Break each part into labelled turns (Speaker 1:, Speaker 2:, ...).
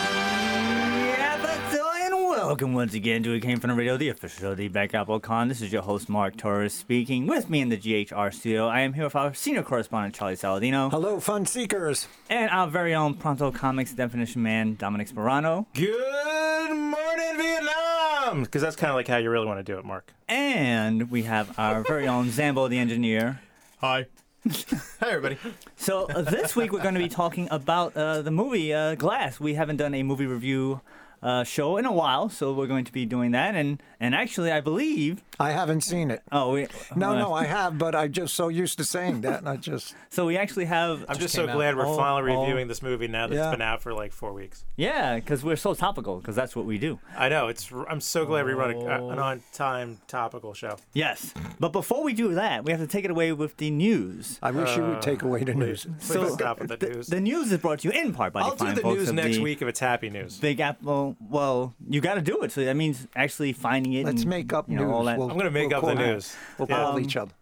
Speaker 1: Yeah, that's all, and welcome once again to It Came From The Radio, the official show of the Black Apple Con. This is your host, Mark Torres, speaking. With me in the GHR studio, I am here with our senior correspondent, Charlie Saladino,
Speaker 2: Hello, fun seekers.
Speaker 1: and our very own Pronto Comics definition man, Dominic Sperano.
Speaker 3: Good morning, Vietnam! Because that's kind of like how you really want to do it, Mark.
Speaker 1: And we have our very own Zambo, the engineer.
Speaker 3: Hi. Hi, everybody.
Speaker 1: So uh, this week we're going to be talking about uh, the movie uh, Glass. We haven't done a movie review uh, show in a while, so we're going to be doing that. And and actually, I believe
Speaker 2: I haven't seen it.
Speaker 1: oh we,
Speaker 2: No,
Speaker 1: uh,
Speaker 2: no, I have, but I'm just so used to saying that, and I just
Speaker 1: so we actually have
Speaker 3: I'm just so glad we're
Speaker 1: Oh,
Speaker 3: finally
Speaker 1: oh.
Speaker 3: reviewing this movie now that
Speaker 2: Yeah.
Speaker 3: it's been out for like four weeks.
Speaker 1: Yeah, because we're so topical, because that's what we do.
Speaker 3: I know. It's. I'm so glad we run a, uh, an on time topical show.
Speaker 1: Yes. But before we do that, we have to take it away with the news.
Speaker 2: I wish you
Speaker 3: Uh,
Speaker 2: would take away the news.
Speaker 3: So, stop with the news.
Speaker 1: The news is brought to you in part by
Speaker 3: I'll
Speaker 1: the
Speaker 3: do
Speaker 1: fine
Speaker 3: the
Speaker 1: folks
Speaker 3: news
Speaker 1: of
Speaker 3: next
Speaker 1: the
Speaker 3: week if it's happy news.
Speaker 1: Big Apple. Well, you got to do it. So that means actually finding it.
Speaker 3: Mm,
Speaker 2: Let's
Speaker 1: and,
Speaker 2: make up
Speaker 1: you know,
Speaker 2: news.
Speaker 1: all that.
Speaker 2: We'll-
Speaker 3: I'm gonna make
Speaker 2: we'll
Speaker 3: up the
Speaker 2: call-
Speaker 3: news.
Speaker 2: We'll
Speaker 3: Yeah.
Speaker 2: call each other.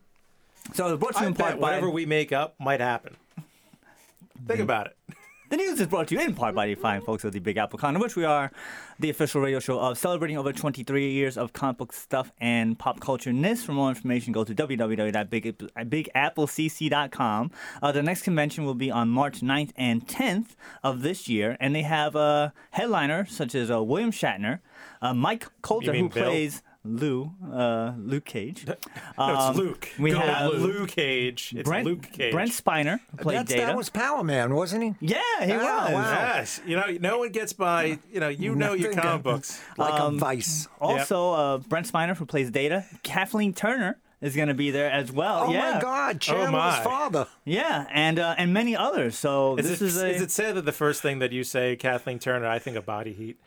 Speaker 1: so it's brought to you
Speaker 3: I
Speaker 1: in part
Speaker 3: bet whatever
Speaker 1: by
Speaker 3: we make up might happen.
Speaker 1: Mm-hmm.
Speaker 3: Think about it.
Speaker 1: The news is brought to you in part by the fine folks of the Big Apple Con, in which we are the official radio show of celebrating over 23 years of comic book stuff and pop culture ness. For more information, go to uh, www.bigapplecc.com. Uh, the next convention will be on March 9th and 10th of this year, and they have uh, headliners such as uh, William Shatner, uh, Mike Coulter,
Speaker 3: mean
Speaker 1: who
Speaker 3: Bill?
Speaker 1: plays Lou, uh, Luke Cage.
Speaker 3: No,
Speaker 1: Um,
Speaker 3: it's Luke.
Speaker 1: We
Speaker 3: Go
Speaker 1: have
Speaker 3: Luke. Cage. It's
Speaker 1: Brent,
Speaker 3: Luke Cage.
Speaker 1: Brent Spiner, who played
Speaker 2: That's,
Speaker 1: Data.
Speaker 2: that was Power Man, wasn't he?
Speaker 1: yeah, he
Speaker 2: Oh,
Speaker 1: was.
Speaker 2: wow.
Speaker 3: Yes. You know, no one gets by. You know, you know your
Speaker 2: Nothing.
Speaker 3: comic books. Um, oh,
Speaker 2: Like a vice.
Speaker 1: Also, uh, Brent Spiner, who plays Data, Kathleen Turner is going to be there as well.
Speaker 2: Oh
Speaker 1: yeah.
Speaker 2: my God, Chandler's
Speaker 3: my.
Speaker 2: father.
Speaker 1: Yeah, and uh, and many others. So
Speaker 3: Is
Speaker 1: this
Speaker 3: it,
Speaker 1: is a. I
Speaker 3: is it said that the first thing that you say, Kathleen Turner, I think of body heat?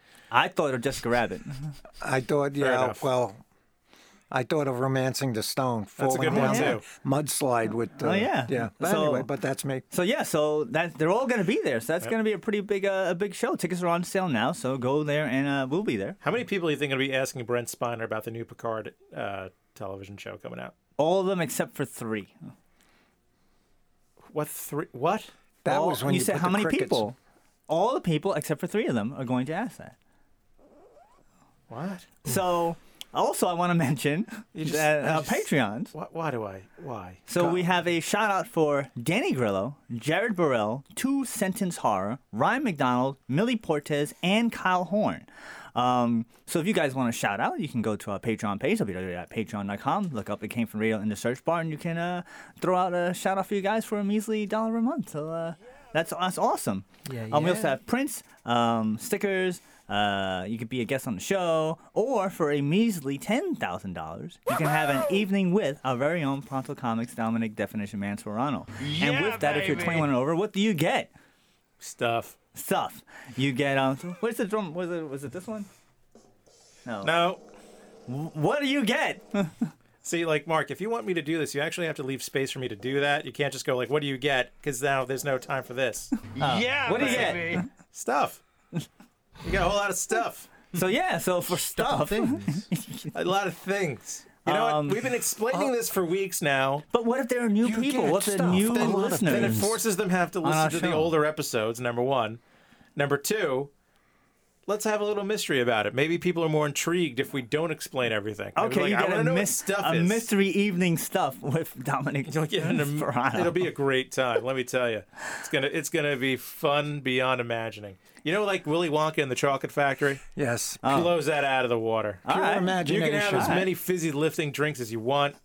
Speaker 1: thought of Jessica Rabbit.
Speaker 2: I thought, yeah,
Speaker 3: enough.
Speaker 2: well, I thought of romancing the stone.
Speaker 3: That's a
Speaker 2: falling
Speaker 3: good one,
Speaker 2: down
Speaker 3: too.
Speaker 2: a Mudslide with. Uh,
Speaker 1: Oh, yeah.
Speaker 2: Yeah. But
Speaker 1: So-
Speaker 2: anyway, but that's me.
Speaker 1: So yeah, so that they're all going to be there. So that's going to be a pretty big uh, a big show. Tickets are on sale now, so go there and uh, we'll be there.
Speaker 3: How many people do you think are going to be asking Brent Spiner about the new Picard uh, television show coming out?
Speaker 1: All of them except for three.
Speaker 3: What three? What?
Speaker 2: That
Speaker 1: All-
Speaker 2: was when you,
Speaker 1: said
Speaker 2: put
Speaker 1: how
Speaker 2: the
Speaker 1: many
Speaker 2: crickets.
Speaker 1: people? All the people except for three of them are going to ask that.
Speaker 3: What?
Speaker 1: So also, I want to mention
Speaker 3: just-
Speaker 1: that
Speaker 3: I
Speaker 1: uh,
Speaker 3: just-
Speaker 1: Patreons.
Speaker 3: Why, why do I? Why?
Speaker 1: So we have a shout out for Danny Grillo, Jared Burrell, Two Sentence Horror, Ryan McDonald, Millie Portez, and Kyle Horn. Um, so if you guys want a shout out, you can go to our Patreon page, www.patreon.com, look up It Came From Radio in the search bar, and you can uh, throw out a shout out for you guys for a measly dollar a month. So uh, that's, that's awesome. Yeah, Um, we also have prints, um, stickers. Uh, you could be a guest on the show, or for a measly ten thousand dollars, you can have an evening with our very own Pronto Comics Dominic Definition Man Serrano. and with that, if you're 21 and over, what do you get?
Speaker 3: Stuff.
Speaker 1: Stuff. You get um. Where's the drum? Was it was it this one? No.
Speaker 3: No.
Speaker 1: What do you get?
Speaker 3: See, like Mark, if you want me to do this, you actually have to leave space for me to do that. You can't just go like, "What do you get?" Because now there's no time for this
Speaker 1: yeah. What do you get?
Speaker 3: stuff. You got a whole lot of stuff,
Speaker 1: So yeah. So for
Speaker 2: Oh,
Speaker 1: stuff.
Speaker 3: a lot of things. You know
Speaker 1: Um,
Speaker 3: what? We've been explaining this for weeks now.
Speaker 1: But what if there are new
Speaker 2: You
Speaker 1: people?
Speaker 2: get
Speaker 1: What if there are
Speaker 2: stuff.
Speaker 1: new
Speaker 2: Then- then it
Speaker 1: listeners?
Speaker 3: Then it forces them to have to listen
Speaker 1: our
Speaker 3: to the
Speaker 1: show.
Speaker 3: older episodes, number one. Number two, let's have a little mystery about it. Maybe people are more intrigued if we don't explain everything. They'll be
Speaker 1: Okay,
Speaker 3: like,
Speaker 1: you
Speaker 3: I
Speaker 1: get
Speaker 3: wanna
Speaker 1: a,
Speaker 3: know what
Speaker 1: mys-
Speaker 3: stuff
Speaker 1: a
Speaker 3: is.
Speaker 1: mystery evening stuff with Dominic.
Speaker 3: You'll get an-
Speaker 1: Ferrano.
Speaker 3: it'll be a great time, let me tell you. It's gonna it's gonna be fun beyond imagining. You know, like Willy Wonka in the Chocolate Factory.
Speaker 2: Yes.
Speaker 1: Oh.
Speaker 3: Blows that out of the water.
Speaker 1: All
Speaker 2: Pure
Speaker 1: right.
Speaker 3: You
Speaker 2: imagination.
Speaker 3: can have as
Speaker 1: Alright.
Speaker 3: many fizzy lifting drinks as you want.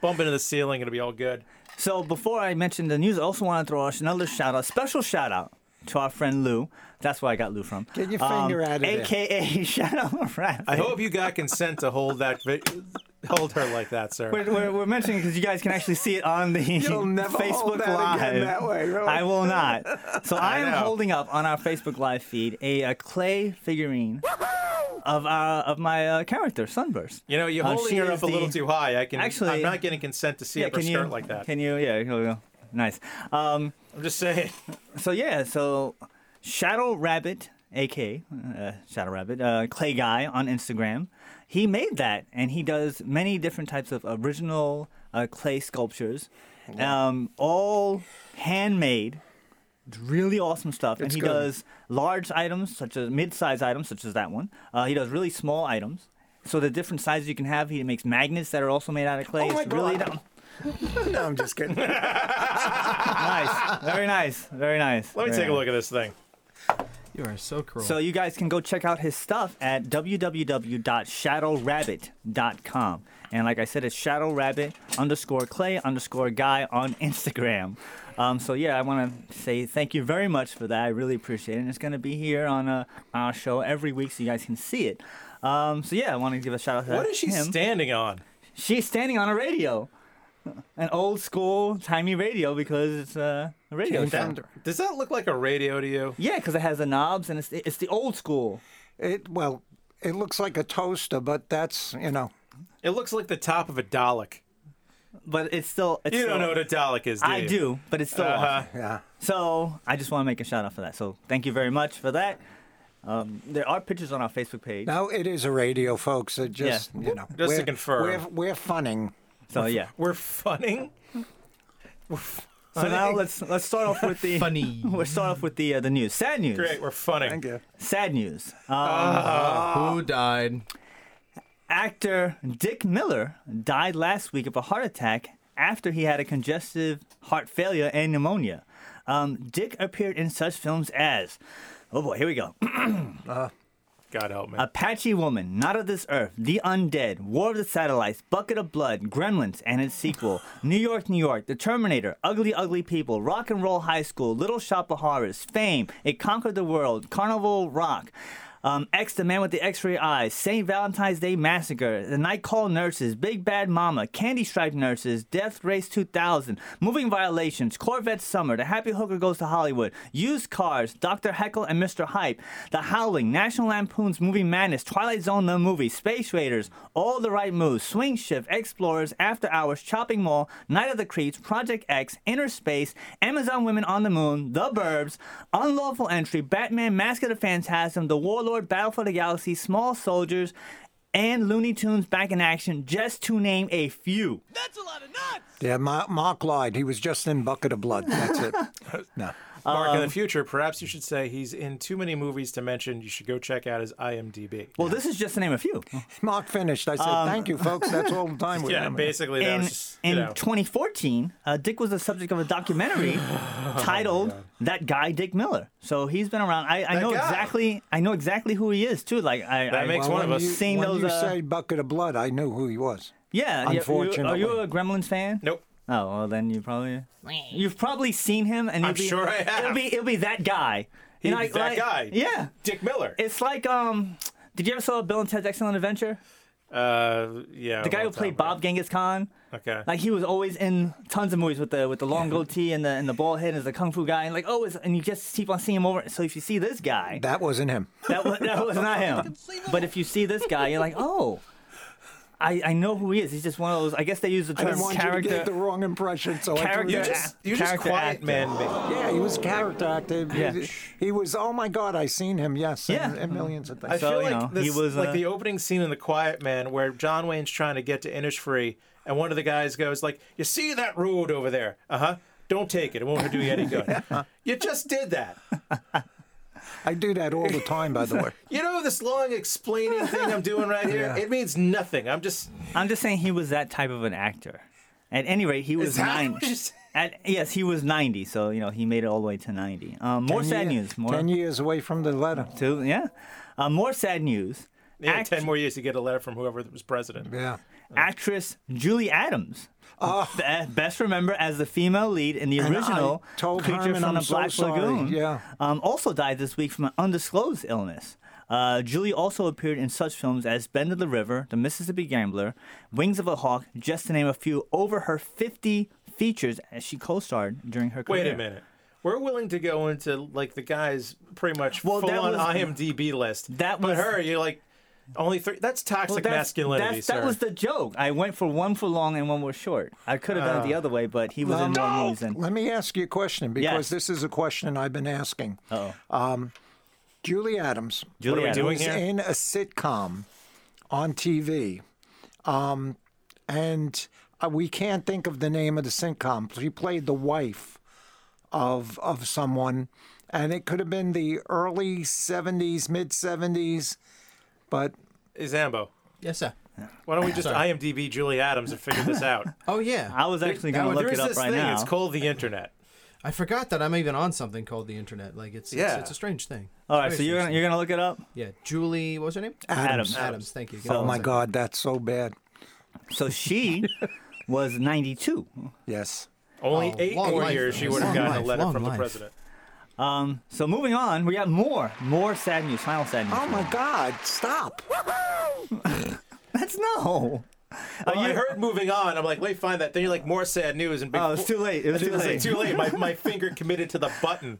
Speaker 3: Bump into the ceiling, it'll be all good.
Speaker 1: So before I mention the news, I also want to throw out another shout out, special shout out to our friend Lou. That's where I got Lou from. Um,
Speaker 2: Get your finger out of there.
Speaker 1: AKA Shadow Rap.
Speaker 3: I hope you got consent to hold that vi- hold her like that, sir.
Speaker 1: We're, we're, we're mentioning because you guys can actually see it on the
Speaker 2: You'll never
Speaker 1: Facebook
Speaker 2: hold that
Speaker 1: Live.
Speaker 2: again that way, really.
Speaker 1: I will not. So I, am
Speaker 3: know.
Speaker 1: holding up on our Facebook Live feed a, uh clay figurine of uh, of my uh, character Sunburst.
Speaker 3: You know, you're
Speaker 1: Uh,
Speaker 3: holding
Speaker 1: she
Speaker 3: her
Speaker 1: is
Speaker 3: up a little
Speaker 1: the-
Speaker 3: too high. I can
Speaker 1: Actually-
Speaker 3: I'm not getting consent to see up her
Speaker 1: can
Speaker 3: skirt
Speaker 1: you,
Speaker 3: like that.
Speaker 1: Can you? Yeah. Here we go. Nice. Um,
Speaker 3: I'm just saying.
Speaker 1: so yeah, so Shadow Rabbit, aka uh, Shadow Rabbit, uh, Clay Guy on Instagram, he made that, and he does many different types of original uh, clay sculptures, um, all handmade. It's really awesome stuff, and
Speaker 2: It's
Speaker 1: he
Speaker 2: good.
Speaker 1: does large items such as mid-size items such as that one. Uh, he does really small items. So the different sizes you can have, he makes magnets that are also made out of clay.
Speaker 2: Oh my
Speaker 1: it's really
Speaker 2: God. no, I'm just kidding.
Speaker 1: nice, very nice, very nice.
Speaker 3: Let me
Speaker 1: very
Speaker 3: take a
Speaker 1: nice.
Speaker 3: look at this thing.
Speaker 4: You are so cruel.
Speaker 1: So you guys can go check out his stuff at www.shadowrabbit.com. And like I said, it's shadowrabbit underscore clay underscore guy on Instagram. Um, so yeah, I want to say thank you very much for that. I really appreciate it. And it's going to be here on uh, our show every week so you guys can see it. Um, so yeah, I want to give a shout out to
Speaker 3: What is she
Speaker 1: him.
Speaker 3: standing on?
Speaker 1: She's standing on a radio. An old school timey radio because it's uh, a radio
Speaker 2: Came
Speaker 1: show.
Speaker 2: from-
Speaker 3: Does that look like a radio to you?
Speaker 1: Yeah, because it has the knobs and it's it's the old school.
Speaker 2: It well, it looks like a toaster, but that's you know.
Speaker 3: It looks like the top of a Dalek.
Speaker 1: but it's still. It's
Speaker 3: You
Speaker 1: still,
Speaker 3: don't know what a Dalek is, do you?
Speaker 1: I do, but it's still.
Speaker 3: Uh-huh.
Speaker 1: awesome.
Speaker 2: Yeah.
Speaker 1: So I just want to make a shout out for that. So thank you very much for that. Um, there are pictures on our Facebook page.
Speaker 2: No, it is a radio, folks. It just you know.
Speaker 3: Just to
Speaker 2: we're-
Speaker 3: confirm.
Speaker 2: we're we're funning.
Speaker 1: So yeah.
Speaker 3: We're funning.
Speaker 1: So now let's let's start off with the
Speaker 4: Funny.
Speaker 1: We'll start off with the uh, the news. Sad news.
Speaker 3: Great, we're funning.
Speaker 2: Thank you.
Speaker 1: Sad news. Um,
Speaker 4: Who died?
Speaker 1: actor Dick Miller died last week of a heart attack after he had a congestive heart failure and pneumonia. Um, Dick appeared in such films as, oh boy, here we go.
Speaker 3: God help me.
Speaker 1: Apache Woman, Not of This Earth, The Undead, War of the Satellites, Bucket of Blood, Gremlins, and its sequel, New York, New York, The Terminator, Ugly, Ugly People, Rock and Roll High School, Little Shop of Horrors, Fame, It Conquered the World, Carnival Rock. Um, X, the man with the X-ray eyes, Saint Valentine's Day Massacre, The Night Call Nurses, Big Bad Mama, Candy Stripe Nurses, Death Race 2000, Moving Violations, Corvette Summer, The Happy Hooker Goes to Hollywood, Used Cars, Dr. Heckle and Mr. Hype, The Howling, National Lampoon's Movie Madness, Twilight Zone the Movie, Space Raiders, All the Right Moves, Swing Shift, Explorers, After Hours, Chopping Mall, Night of the Creeps, Project X, Inner Space, Amazon Women on the Moon, The Burbs, Unlawful Entry, Batman, Mask of the Phantasm, The Warlord, Battle for the Galaxy, Small Soldiers, and Looney Tunes Back in Action, just to name a few.
Speaker 2: Yeah, Ma- Mark lied. He was just in Bucket of Blood. That's it. no.
Speaker 3: Mark,
Speaker 1: um,
Speaker 3: in the future, perhaps you should say he's in too many movies to mention. You should go check out his IMDb.
Speaker 1: Well, this is just to name a few.
Speaker 2: Mark finished. I said, thank you, folks. That's all the time we
Speaker 3: yeah,
Speaker 2: have.
Speaker 3: basically, that
Speaker 1: in,
Speaker 3: was just, you
Speaker 1: in
Speaker 3: know.
Speaker 1: 2014, uh, Dick was the subject of a documentary
Speaker 3: Oh,
Speaker 1: titled "That Guy Dick Miller." So he's been around. I, I
Speaker 3: That
Speaker 1: know
Speaker 3: guy.
Speaker 1: exactly. I know exactly who he is too. Like I,
Speaker 3: That
Speaker 1: I
Speaker 3: makes
Speaker 2: Well,
Speaker 3: one of
Speaker 2: when
Speaker 3: us.
Speaker 2: you-
Speaker 1: Seen
Speaker 2: when
Speaker 1: those,
Speaker 2: you
Speaker 1: uh,
Speaker 2: say Bucket of Blood, I knew who he was.
Speaker 1: yeah. yeah, you- are you a Gremlins fan?
Speaker 3: Nope.
Speaker 1: Oh well, then you probably you've probably seen him, and you'll
Speaker 3: I'm
Speaker 1: be,
Speaker 3: sure I have.
Speaker 1: It'll be it'll be that guy. You
Speaker 3: He's
Speaker 1: know, like-
Speaker 3: that
Speaker 1: like-
Speaker 3: guy.
Speaker 1: Yeah,
Speaker 3: Dick Miller.
Speaker 1: it's like um. Did you ever saw Bill and Ted's Excellent Adventure?
Speaker 3: uh, yeah.
Speaker 1: The guy who played Bob Genghis Khan.
Speaker 3: Okay.
Speaker 1: Like he was always in tons of movies with the with the long goatee and the and the bald head as the kung fu guy and like oh it's, and you just keep on seeing him over. So if you see this guy,
Speaker 2: That wasn't him.
Speaker 1: that was, that was not him. But if you see this guy, you're like oh, I I know who he is. He's just one of those. I guess they use the
Speaker 2: I
Speaker 1: term
Speaker 2: didn't want you to
Speaker 1: character.
Speaker 2: get the wrong impression, so
Speaker 1: Character
Speaker 3: you
Speaker 2: I threw
Speaker 3: just,
Speaker 1: act-
Speaker 3: you just
Speaker 1: character
Speaker 3: quiet
Speaker 1: actor.
Speaker 3: man me.
Speaker 2: Yeah, he was a character actor.
Speaker 1: Yeah.
Speaker 2: He, he was. Oh my God, I seen him. Yes.
Speaker 1: Yeah.
Speaker 2: And, millions of
Speaker 3: I
Speaker 2: things.
Speaker 1: So,
Speaker 3: feel
Speaker 1: you
Speaker 3: like
Speaker 1: know,
Speaker 3: this,
Speaker 1: he was,
Speaker 3: like
Speaker 1: uh,
Speaker 3: the opening scene in The Quiet Man, where John Wayne's trying to get to Innisfree, and one of the guys goes like, "You see that road over there? Uh huh. Don't take it. It won't do you any good. you just did that.
Speaker 2: I do that all the time, by the way.
Speaker 3: You know this long explaining thing I'm doing right here. It means nothing. I'm just
Speaker 1: I'm just saying he was that type of an actor. At any rate, he was
Speaker 3: that what
Speaker 1: ninety.
Speaker 3: you're saying?
Speaker 1: At, yes, he was ninety. So you know he made it all the way to ninety. Um, more
Speaker 2: Ten
Speaker 1: sad
Speaker 2: year-
Speaker 1: news. More
Speaker 2: Ten years away from the letter.
Speaker 1: too. Yeah, uh, more sad news.
Speaker 3: yeah,
Speaker 1: Act-
Speaker 3: ten more years to get a letter from whoever was president.
Speaker 2: Yeah.
Speaker 1: actress Julie Adams. Be- best remembered as the female lead in the
Speaker 2: Ah. And I
Speaker 1: original
Speaker 2: told
Speaker 1: Creature
Speaker 2: Herman
Speaker 1: from the
Speaker 2: I'm so
Speaker 1: Black
Speaker 2: sorry,
Speaker 1: Lagoon.
Speaker 2: yeah.
Speaker 1: um, also died this week from an undisclosed illness. Uh, Julie also appeared in such films as Bend of the River, The Mississippi Gambler, Wings of a Hawk, just to name a few, over her 50 features as she co starred during her career.
Speaker 3: Wait a minute. We're willing to go into like the guys pretty much
Speaker 1: Well,
Speaker 3: full
Speaker 1: that
Speaker 3: on
Speaker 1: was-
Speaker 3: IMDb list.
Speaker 1: that
Speaker 3: but
Speaker 1: was-
Speaker 3: her, you're like only three. That's
Speaker 1: Well,
Speaker 3: toxic
Speaker 1: that's-
Speaker 3: masculinity,
Speaker 1: that's-
Speaker 3: sir.
Speaker 1: That was the joke. I went for one for long and one was short. I could have done
Speaker 2: Uh,
Speaker 1: it the other way, but he was in one movies and
Speaker 2: Um, Let me ask you a question because
Speaker 1: Yes.
Speaker 2: this is a question I've been asking.
Speaker 1: Oh,
Speaker 2: Julie Adams
Speaker 1: Julie
Speaker 3: we
Speaker 1: Adams.
Speaker 3: doing?
Speaker 2: was
Speaker 3: here?
Speaker 2: in a sitcom on TV, um, and uh, we can't think of the name of the sitcom. She played the wife of of someone, and it could have been the early '70s, mid '70s, but
Speaker 3: Zambo.
Speaker 4: Yes, sir.
Speaker 3: Why don't we just IMDb Julie Adams and figure this out?
Speaker 4: Oh yeah.
Speaker 1: I was actually
Speaker 4: That
Speaker 1: going
Speaker 4: would-
Speaker 1: to look
Speaker 3: There's
Speaker 1: it up
Speaker 3: this
Speaker 1: right
Speaker 3: thing.
Speaker 1: now.
Speaker 3: It's called the internet.
Speaker 4: I forgot that I'm even on something called the internet. Like it's it's,
Speaker 3: Yeah.
Speaker 4: it's a strange thing.
Speaker 1: All
Speaker 4: It's
Speaker 1: right,
Speaker 4: very
Speaker 1: so you're gonna,
Speaker 4: strange
Speaker 1: you're gonna look it up.
Speaker 4: thing. yeah, Julie. What was her name?
Speaker 1: Adams.
Speaker 4: Adams. Thank you. Give me
Speaker 2: oh
Speaker 4: one
Speaker 2: my
Speaker 4: second.
Speaker 2: God, that's so bad.
Speaker 1: So she was 92.
Speaker 2: Yes.
Speaker 3: Only
Speaker 4: Oh,
Speaker 3: eight
Speaker 4: long
Speaker 3: more
Speaker 4: life,
Speaker 3: years,
Speaker 4: though.
Speaker 3: she would have
Speaker 4: Long
Speaker 3: gotten
Speaker 4: life,
Speaker 3: a letter
Speaker 4: long
Speaker 3: from the
Speaker 4: life.
Speaker 3: president.
Speaker 1: Um, so moving on, we got more, more sad news, final sad news.
Speaker 2: Oh my God, stop!
Speaker 3: Oh
Speaker 1: That's no. Uh,
Speaker 3: Well,
Speaker 1: you
Speaker 3: I heard moving on. I'm like, let me find that. Then you're like, more sad news. And big,
Speaker 1: Oh, it's too late. It was
Speaker 3: It
Speaker 1: too
Speaker 3: was like,
Speaker 1: late.
Speaker 3: too late. My, my finger committed to the button.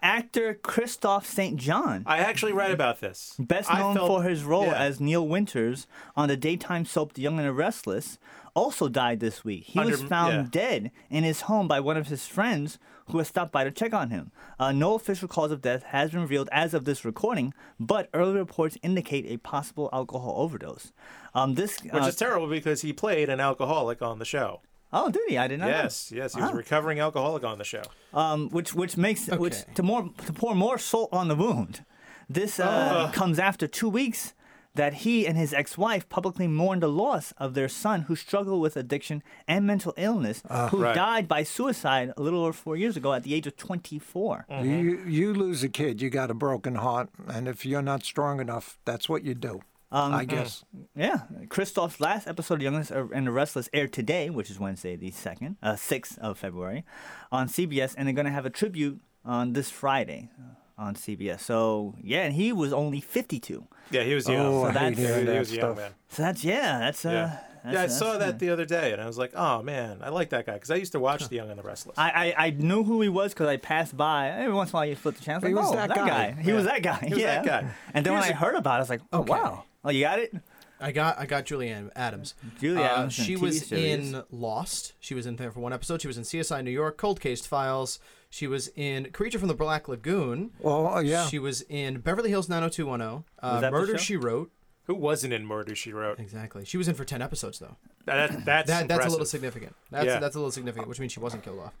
Speaker 1: actor Christoph St. John,
Speaker 3: I actually read about this.
Speaker 1: best
Speaker 3: I
Speaker 1: known
Speaker 3: felt-
Speaker 1: for his role
Speaker 3: yeah.
Speaker 1: as Neil Winters on the daytime soap The Young and the Restless, also died this week. He was
Speaker 3: Under-
Speaker 1: found
Speaker 3: yeah.
Speaker 1: dead in his home by one of his friends who had stopped by to check on him. Uh, no official cause of death has been revealed as of this recording, but early reports indicate a possible alcohol overdose. Um, this
Speaker 3: which
Speaker 1: uh,
Speaker 3: is terrible because he played an alcoholic on the show.
Speaker 1: oh, did he? I did not. know.
Speaker 3: Yes, yes, he was a
Speaker 1: Wow.
Speaker 3: recovering alcoholic on the show.
Speaker 1: um, which which makes which
Speaker 4: Okay.
Speaker 1: to more to pour more salt on the wound. This uh, comes after two weeks that he and his ex-wife publicly mourned the loss of their son, who struggled with addiction and mental illness, who
Speaker 3: Right.
Speaker 1: died by suicide a little over four years ago at the age of 24.
Speaker 3: Mm.
Speaker 2: You you lose a kid, you got a broken heart, and if you're not strong enough, that's what you do. I guess.
Speaker 1: Yeah, Christoph's last episode of Young and the Restless aired today, which is Wednesday, the second, uh, sixth of February, on CBS, and they're gonna have a tribute on this Friday uh, on CBS. So yeah, and he was only 52.
Speaker 3: Yeah, he was young.
Speaker 2: Oh, I
Speaker 1: So
Speaker 2: hate
Speaker 1: that's-
Speaker 2: hearing
Speaker 3: he
Speaker 2: that
Speaker 3: was a young
Speaker 2: stuff.
Speaker 3: man.
Speaker 1: So that's yeah, that's uh,
Speaker 3: Yeah,
Speaker 1: That's,
Speaker 3: yeah I
Speaker 1: that's-
Speaker 3: saw that the other day, and I was like, oh man, I like that guy because I used to watch The Young and the Restless.
Speaker 1: I, I I knew who he was because I passed by every once in a while. You flip the channel.
Speaker 2: He
Speaker 1: like,
Speaker 2: was
Speaker 1: oh,
Speaker 2: that
Speaker 1: guy.
Speaker 2: guy.
Speaker 1: He was that guy.
Speaker 3: He was
Speaker 1: yeah.
Speaker 3: that guy.
Speaker 1: And then when
Speaker 3: Here's
Speaker 1: I
Speaker 3: a-
Speaker 1: heard about it, I was like, oh
Speaker 4: Okay.
Speaker 1: wow. Oh, you got it.
Speaker 4: I got I got Julie Ann Adams.
Speaker 1: Julie
Speaker 4: Uh,
Speaker 1: Adams in
Speaker 4: she
Speaker 1: a TV
Speaker 4: was
Speaker 1: series.
Speaker 4: in Lost. She was in there for one episode. She was in CSI New York, Cold Case Files. She was in Creature from the Black Lagoon.
Speaker 2: Oh yeah.
Speaker 4: She was in Beverly Hills 90210.
Speaker 1: Was that
Speaker 4: Uh,
Speaker 1: the show?
Speaker 4: Murder She Wrote.
Speaker 3: Who wasn't in Murder, She Wrote?
Speaker 4: Exactly. She was in for ten episodes though.
Speaker 3: That, that's
Speaker 4: That, that's a little
Speaker 3: impressive.
Speaker 4: significant. That's
Speaker 3: Yeah.
Speaker 4: that's a little significant, which means she wasn't killed off,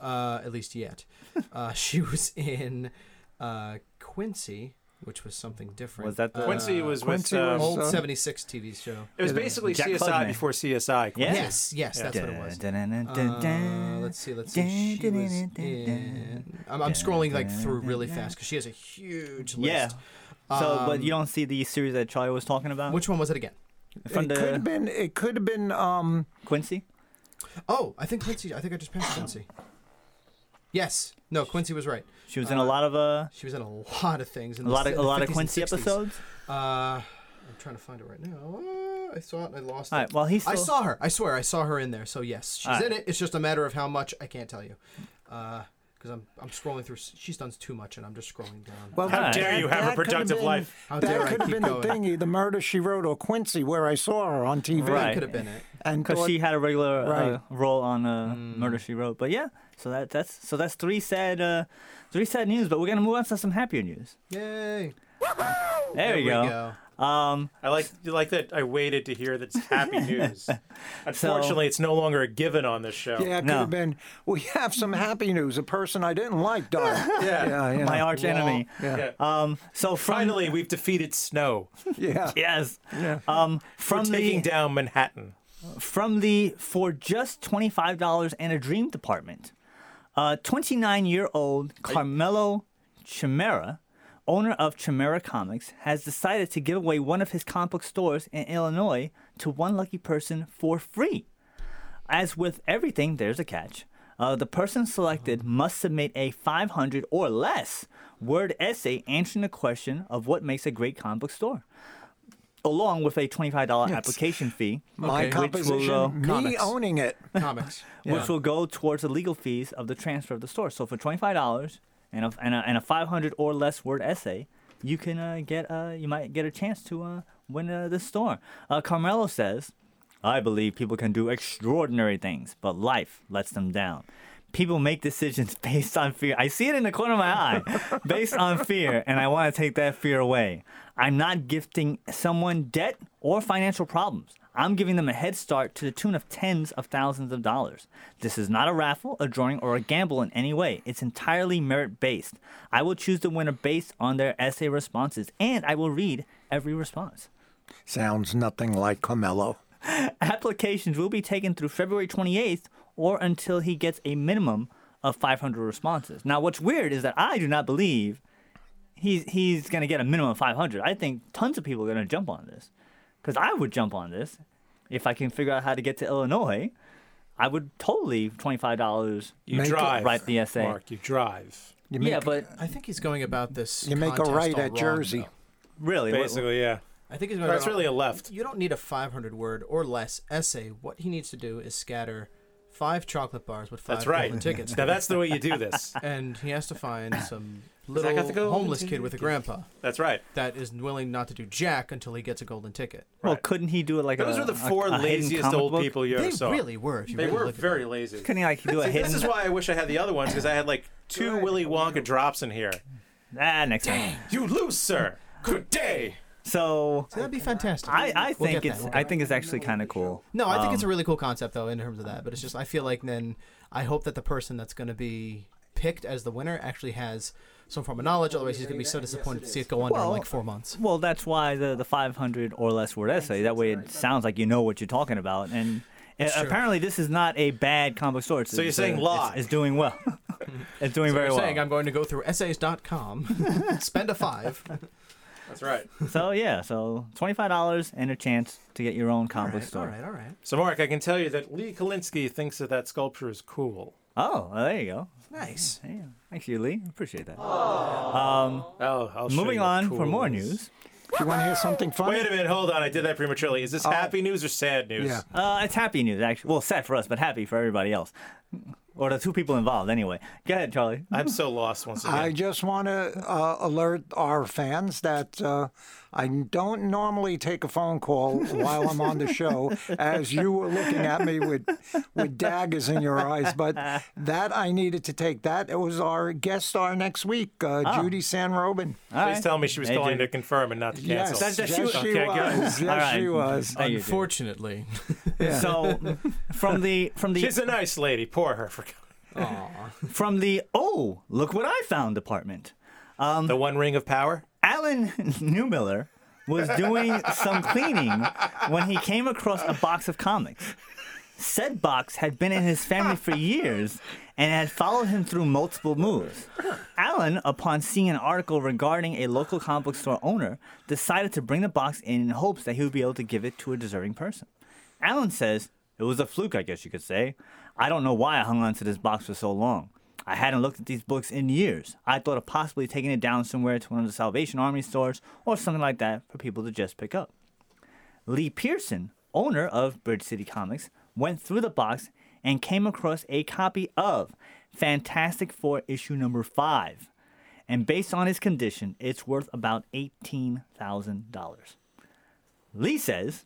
Speaker 4: uh, at least yet. Uh, she was in uh, Quincy, which was something different.
Speaker 1: Was that the-
Speaker 4: uh,
Speaker 3: Quincy was
Speaker 2: Quincy
Speaker 3: with.
Speaker 2: was-
Speaker 3: Um,
Speaker 4: old
Speaker 2: uh,
Speaker 4: '76 TV show?
Speaker 3: it was basically
Speaker 1: Jack
Speaker 3: CSI
Speaker 1: Klugman.
Speaker 3: before CSI. Quincy.
Speaker 1: Yeah.
Speaker 4: Yes, yes, that's what it was. Uh,
Speaker 1: was.
Speaker 4: let's see, let's see. She was in... I'm, I'm scrolling like through really fast because she has a huge list.
Speaker 1: Yeah. So, but you don't see the series that Charlie was talking about
Speaker 4: Which one was it again?
Speaker 1: from
Speaker 2: it could have
Speaker 1: the
Speaker 2: been. It could have been. Um,
Speaker 1: Quincy.
Speaker 4: Oh, I think Quincy. I think I just passed Quincy. Yes. No, Quincy was right.
Speaker 1: She was in a lot of uh,
Speaker 4: She was in a lot of things. In
Speaker 1: a
Speaker 4: the
Speaker 1: lot
Speaker 4: s-
Speaker 1: of a
Speaker 4: the
Speaker 1: lot of
Speaker 4: 50s and
Speaker 1: Quincy
Speaker 4: 60s.
Speaker 1: episodes.
Speaker 4: Uh, I'm trying to find it right now. Uh, I saw it and I lost
Speaker 1: All
Speaker 4: it.
Speaker 1: right, well, he's
Speaker 4: I
Speaker 1: still-
Speaker 4: saw her. I swear I saw her in there. So yes, she's
Speaker 1: All right.
Speaker 4: in it. It's just a matter of how much I can't tell you. Uh, because I'm I'm scrolling through. s- She's done too much, and I'm just scrolling down.
Speaker 2: well,
Speaker 1: How
Speaker 2: that-
Speaker 1: dare
Speaker 3: you
Speaker 2: that-
Speaker 3: have a
Speaker 2: that could've
Speaker 3: productive
Speaker 2: been-
Speaker 3: life.
Speaker 4: How dare I
Speaker 2: that could have
Speaker 4: keep
Speaker 2: been the
Speaker 4: going.
Speaker 2: thingy, the murder she wrote, or Quincy, where I saw her on TV.
Speaker 1: Right.
Speaker 4: that could have been it.
Speaker 2: And
Speaker 1: because
Speaker 2: thought-
Speaker 1: she had a regular uh,
Speaker 2: Right.
Speaker 1: role on uh, Murder She Wrote. But yeah, so that that's so that's three sad uh, three sad news. But we're gonna move on to some happier news.
Speaker 4: Yay!
Speaker 1: There, we go. Um,
Speaker 3: I like you like that. I waited to hear that's happy news. Unfortunately, it's no longer a given on this show.
Speaker 2: yeah, it could
Speaker 1: No.
Speaker 2: have been. We have some happy news. A person I didn't like died.
Speaker 3: Yeah.
Speaker 2: yeah, yeah.
Speaker 1: my arch enemy.
Speaker 3: Yeah.
Speaker 1: Um, so from
Speaker 3: Finally, we've defeated Snow.
Speaker 2: yeah.
Speaker 1: yes, um, from
Speaker 3: We're taking
Speaker 1: the
Speaker 3: down Manhattan.
Speaker 1: from the for just twenty five dollars and a dream department. Uh, twenty nine year old Carmelo Chimera owner of Chimera Comics, has decided to give away one of his comic book stores in Illinois to one lucky person for free. As with everything, there's a catch. Uh, the person selected
Speaker 2: Uh-huh.
Speaker 1: must submit a 500 or less word essay answering the question of what makes a great comic book store, along with a $25 application fee,
Speaker 2: My
Speaker 4: Okay. Which will,
Speaker 2: composition,
Speaker 1: uh,
Speaker 2: me
Speaker 4: comics.
Speaker 2: owning it.
Speaker 4: Comics.
Speaker 1: which will go towards the legal fees of the transfer of the store. So for $25 and a, and a, and a 500 or less word essay, you can uh, get uh, you might get a chance to uh, win uh, the store. Uh, Carmelo says, "I believe people can do extraordinary things, but life lets them down." People make decisions based on fear. I see it in the corner of my eye, based on fear, and I want to take that fear away. I'm not gifting someone debt or financial problems. I'm giving them a head start to the tune of tens of thousands of dollars. This is not a raffle, a drawing, or a gamble in any way. It's entirely merit based. I will choose the winner based on their essay responses, and I will read every response.
Speaker 2: Sounds nothing like Carmelo.
Speaker 1: Applications will be taken through February 28th or until he gets a minimum of 500 responses. Now, what's weird is that I do not believe he's he's going to get a minimum of 500. I think tons of people are going to jump on this because I would jump on this if I can figure out how to get to Illinois. I would totally $25
Speaker 3: You
Speaker 2: Make it-
Speaker 3: drive.
Speaker 1: write the essay.
Speaker 3: Mark, you drive.
Speaker 2: You
Speaker 1: yeah,
Speaker 2: make-
Speaker 1: but
Speaker 4: I think he's going about this.
Speaker 2: You make a
Speaker 4: contest
Speaker 2: right
Speaker 4: all
Speaker 2: at
Speaker 4: wrong,
Speaker 2: Jersey.
Speaker 4: though.
Speaker 1: really, what-
Speaker 3: Basically, yeah.
Speaker 4: I think he's going
Speaker 3: Or
Speaker 4: about
Speaker 3: it's really a left.
Speaker 4: You don't need a 500 word or less essay. What he needs to do is scatter five chocolate bars with five
Speaker 3: That's right.
Speaker 4: golden tickets.
Speaker 3: Now that's the way you do this.
Speaker 4: and he has to find some
Speaker 3: that got the
Speaker 4: little
Speaker 3: golden
Speaker 4: homeless
Speaker 3: ticket?
Speaker 4: kid with a grandpa
Speaker 3: That's right.
Speaker 4: that is willing not to do jack until he gets a golden ticket.
Speaker 1: well, couldn't he do it like
Speaker 3: Those
Speaker 1: a,
Speaker 3: were the
Speaker 1: Uh, a-
Speaker 3: four
Speaker 1: a hidden
Speaker 3: laziest
Speaker 1: comic
Speaker 3: old
Speaker 1: book?
Speaker 3: people you
Speaker 4: They
Speaker 3: ever saw.
Speaker 4: really were. If you
Speaker 3: They
Speaker 4: really
Speaker 3: were
Speaker 4: look at
Speaker 3: very
Speaker 4: them.
Speaker 3: lazy.
Speaker 1: Couldn't he like do a
Speaker 3: See,
Speaker 1: hidden?
Speaker 3: this is why I wish I had the other ones because I had like two Willy Wonka drops in here.
Speaker 1: ah, next time.
Speaker 3: You lose, sir. Good day.
Speaker 1: So
Speaker 4: That'd be fantastic.
Speaker 1: I, I
Speaker 4: We'll
Speaker 1: think
Speaker 4: get
Speaker 1: it's
Speaker 4: that.
Speaker 1: I um, think it's actually kind of cool.
Speaker 4: No, I think it's a really cool concept though in terms of that. But it's just I feel like then I hope that the person that's going to be picked as the winner actually has some form of knowledge. Otherwise, he's going to be so disappointed to see it go under
Speaker 1: Well-
Speaker 4: in like four months.
Speaker 1: Well, that's why the the 500 or less word essay. That way, it sounds like you know what you're talking about. And uh,
Speaker 4: true.
Speaker 1: apparently, this is not a bad comic store. It's,
Speaker 3: So you're
Speaker 1: it's
Speaker 3: saying
Speaker 1: a-
Speaker 3: lie.
Speaker 1: It's, it's doing well. it's doing very
Speaker 4: You're
Speaker 1: well.
Speaker 4: saying I'm going to go through essays.com, spend a five.
Speaker 3: That's right.
Speaker 1: so yeah, so twenty five dollars and a chance to get your own comic book
Speaker 4: all
Speaker 1: store.
Speaker 4: right, all right.
Speaker 3: So, Mark, I can tell you that Lee Kalinsky thinks that that sculpture is cool.
Speaker 1: Oh, well, there you go.
Speaker 4: Nice.
Speaker 1: Yeah, thanks, you, Lee. Appreciate that.
Speaker 3: Oh, I'll show
Speaker 1: Moving
Speaker 3: you what
Speaker 1: on for
Speaker 3: cool
Speaker 1: more
Speaker 3: is.
Speaker 1: news.
Speaker 2: you want to hear something funny?
Speaker 3: Wait a minute, hold on. I did that prematurely. Is this happy news or sad news?
Speaker 2: Yeah.
Speaker 1: Uh, it's happy news, actually. Well, sad for us, but happy for everybody else, or the two people involved, anyway. Go ahead, Charlie.
Speaker 3: I'm so lost once again.
Speaker 2: I just want to uh, alert our fans that uh, I don't normally take a phone call while I'm on the show, as you were looking at me with with daggers in your eyes. But that I needed to take that. It was our guest star next week, uh,
Speaker 3: Ah.
Speaker 2: Judy San Robin.
Speaker 1: All
Speaker 3: Please
Speaker 1: right.
Speaker 3: tell me she was
Speaker 1: Hey,
Speaker 3: calling
Speaker 1: dude.
Speaker 3: to confirm and not to cancel.
Speaker 2: Yes, yes,
Speaker 1: she-
Speaker 2: she
Speaker 3: okay, good.
Speaker 2: was.
Speaker 1: All
Speaker 2: Yes,
Speaker 1: right.
Speaker 2: she was.
Speaker 1: Thank you, dude.
Speaker 4: Unfortunately,
Speaker 1: So, from the from the
Speaker 3: She's a nice lady. Poor her for
Speaker 1: from the oh look what I found department. Um,
Speaker 3: the one ring of power.
Speaker 1: Alan Newmiller was doing some cleaning when he came across a box of comics. Said box had been in his family for years and had followed him through multiple moves. Alan, upon seeing an article regarding a local comic book store owner, decided to bring the box in in hopes that he would be able to give it to a deserving person. Alan says, It was a fluke, I guess you could say. I don't know why I hung on to this box for so long. I hadn't looked at these books in years. I thought of possibly taking it down somewhere to one of the Salvation Army stores or something like that for people to just pick up. Lee Pearson, owner of Bridge City Comics, went through the box and came across a copy of Fantastic Four issue number five. And based on his condition, it's worth about $18,000. Lee says,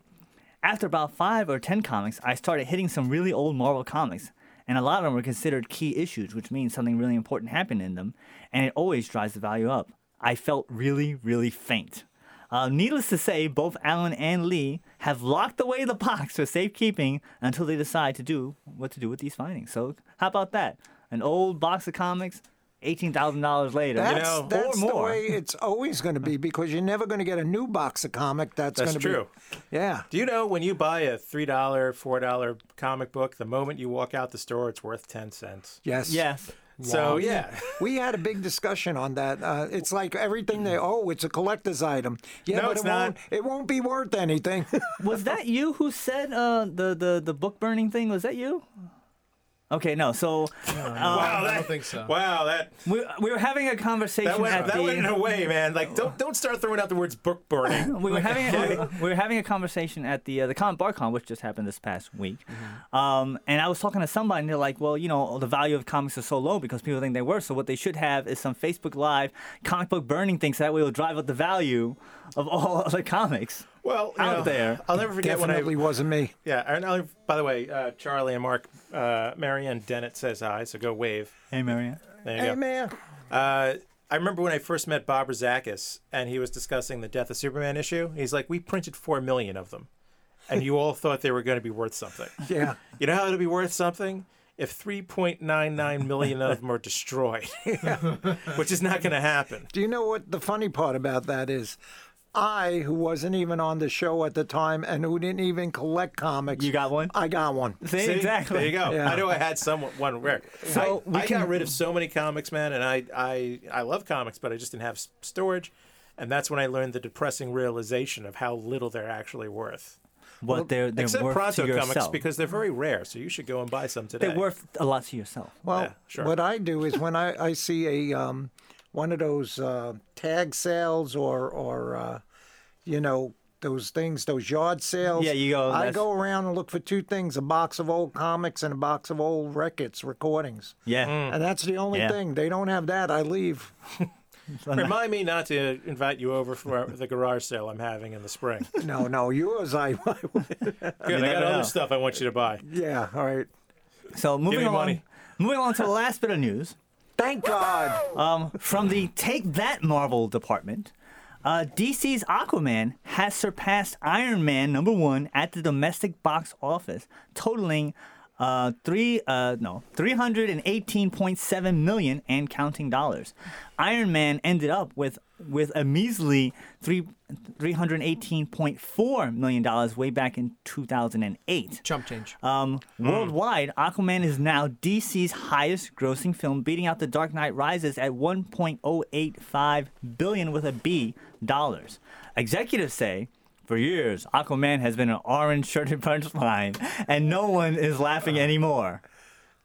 Speaker 1: after about five or ten comics, I started hitting some really old Marvel comics, and a lot of them were considered key issues, which means something really important happened in them, and it always drives the value up. I felt really, really faint. Uh, needless to say, both Alan and Lee have locked away the box for safekeeping until they decide to do what to do with these findings. So, how about that? An old box of comics, eighteen thousand dollars later,
Speaker 2: That's,
Speaker 3: know, or
Speaker 2: that's the
Speaker 1: more.
Speaker 2: way it's always going to be because you're never going to get a new box of comic that's,
Speaker 3: That's
Speaker 2: going to
Speaker 3: true.
Speaker 2: be. Yeah.
Speaker 3: Do you know when you buy a three dollar, four dollar comic book, the moment you walk out the store, it's worth ten cents.
Speaker 2: Yes.
Speaker 1: yes.
Speaker 3: So yeah,
Speaker 2: We had a big discussion on that. Uh, it's like everything they oh, it's a collector's item. Yeah,
Speaker 3: No,
Speaker 2: but
Speaker 3: it's
Speaker 2: it won't.
Speaker 3: not.
Speaker 2: It won't be worth anything.
Speaker 1: Was that you who said uh, the the the book burning thing? Was that you? Okay, no. So uh,
Speaker 3: wow, that,
Speaker 4: I don't think so.
Speaker 3: Wow, that
Speaker 1: we, we were having a conversation
Speaker 3: that
Speaker 1: at
Speaker 3: went that
Speaker 1: the
Speaker 3: went in a way, man. Like don't don't start throwing out the words book burning.
Speaker 1: we were having a, we were having a conversation at the uh, the Con BarCon, which just happened this past week.
Speaker 3: Mm-hmm.
Speaker 1: Um, and I was talking to somebody, and they're like, "Well, you know, the value of comics is so low because people think they were. So what they should have is some Facebook Live comic book burning thing, so that way it'll drive up the value of all the comics."
Speaker 3: Well, you
Speaker 1: Out
Speaker 3: know,
Speaker 1: there.
Speaker 3: I'll never forget when I
Speaker 2: Definitely wasn't me.
Speaker 3: Yeah, and I'll, by the way, uh, Charlie and Mark, uh, Marianne Dennett says hi, so go wave.
Speaker 1: Hey, Marianne.
Speaker 3: There you
Speaker 2: Hey
Speaker 3: go.
Speaker 2: man,
Speaker 3: Uh, I remember when I first met Bob Razakis, and he was discussing the Death of Superman issue. He's like, "We printed four million of them, and you all thought they were going to be worth something.
Speaker 2: yeah.
Speaker 3: You know how it'll be worth something if 3.99 million of them are destroyed, which is not going to happen."
Speaker 2: Do you know what the funny part about that is? I, who wasn't even on the show at the time and who didn't even collect comics,
Speaker 1: You got one?
Speaker 2: I got one.
Speaker 1: See,
Speaker 3: See?
Speaker 1: exactly.
Speaker 3: There you go.
Speaker 2: Yeah.
Speaker 3: I know I had some one rare.
Speaker 1: So
Speaker 3: So
Speaker 1: we
Speaker 3: I, I got rid of so many comics, man, and I, I I love comics, but I just didn't have s- storage, and that's when I learned the depressing realization of how little they're actually worth.
Speaker 1: What they're they're
Speaker 3: Except
Speaker 1: worth
Speaker 3: Pronto
Speaker 1: to yourself.
Speaker 3: comics because they're very rare, so you should go and buy some today.
Speaker 1: they're worth a lot to yourself.
Speaker 2: Well,
Speaker 3: Yeah, sure.
Speaker 2: what I do is when I, I see a um, one of those uh, tag sales or or uh, you know those things, those yard sales.
Speaker 1: Yeah, you go,
Speaker 2: I
Speaker 1: that's-
Speaker 2: go around and look for two things: a box of old comics and a box of old records, recordings.
Speaker 1: Yeah.
Speaker 3: Mm.
Speaker 2: And that's the only
Speaker 1: Yeah.
Speaker 2: thing. They don't have that. I leave.
Speaker 3: Remind me not to invite you over for the garage sale I'm having in the spring. Good,
Speaker 2: No, no, yours. I,
Speaker 3: I got
Speaker 1: never know.
Speaker 3: other stuff I want you to buy.
Speaker 2: yeah. All right.
Speaker 1: So moving
Speaker 3: me
Speaker 1: along,
Speaker 3: money.
Speaker 1: moving along to the last bit of news.
Speaker 2: Thank God.
Speaker 1: Um, from the Take That Marvel department, uh, DC's Aquaman has surpassed Iron Man number one at the domestic box office, totaling uh, three uh, no three hundred and eighteen point seven million and counting dollars. Iron Man ended up with with a measly three three hundred eighteen point four million dollars way back in two thousand and eight.
Speaker 4: Chump change.
Speaker 1: Um, Worldwide, Aquaman is now DC's highest grossing film, beating out The Dark Knight Rises at 1.085 billion with a B dollars. Executives say, for years, Aquaman has been an orange shirted punchline, and no one is laughing anymore.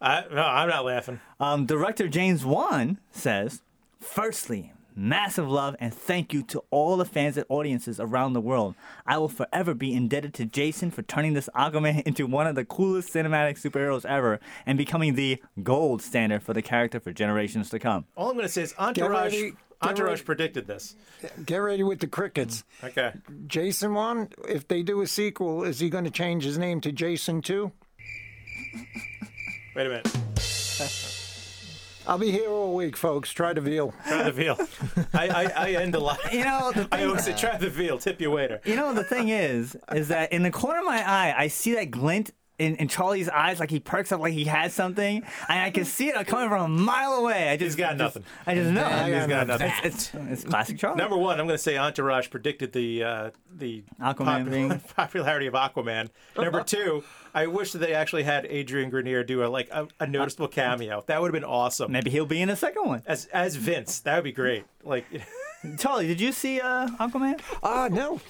Speaker 3: I, no, I'm not laughing.
Speaker 1: Um, director James Wan says, Firstly, massive love and thank you to all the fans and audiences around the world. I will forever be indebted to Jason for turning this Aquaman into one of the coolest cinematic superheroes ever and becoming the gold standard for the character for generations to come.
Speaker 3: All I'm going to say is Entourage.
Speaker 2: ready- get
Speaker 3: Entourage
Speaker 2: ready.
Speaker 3: predicted this.
Speaker 2: Get ready with the crickets.
Speaker 3: Okay.
Speaker 2: Jason one. If they do a sequel, is he going to change his name to Jason two?
Speaker 3: Wait a minute.
Speaker 2: I'll be here all week, folks. Try to veal.
Speaker 3: Try the veal. I, I, I end a lot.
Speaker 1: You know, the
Speaker 3: I
Speaker 1: thing-
Speaker 3: always say try the veal. Tip your waiter.
Speaker 1: You know, the thing is, is that in the corner of my eye, I see that glint in, in Charlie's eyes, like he perks up, like he has something, and I can see it coming from a mile away. I just
Speaker 3: He's got
Speaker 1: just-
Speaker 3: nothing.
Speaker 1: I just know.
Speaker 2: I got
Speaker 3: nothing.
Speaker 1: It's, it's, it's classic Charlie.
Speaker 3: Number one, I'm going to say Entourage predicted the uh, the
Speaker 1: Aquaman thing.
Speaker 3: popularity of Aquaman. Number two, I wish that they actually had Adrian Grenier do a like a, a noticeable cameo. That would have been awesome.
Speaker 1: Maybe he'll be in the second one.
Speaker 3: As as Vince, that would be great. Like,
Speaker 1: Charlie, did you see uh, Aquaman?
Speaker 2: Ah, no.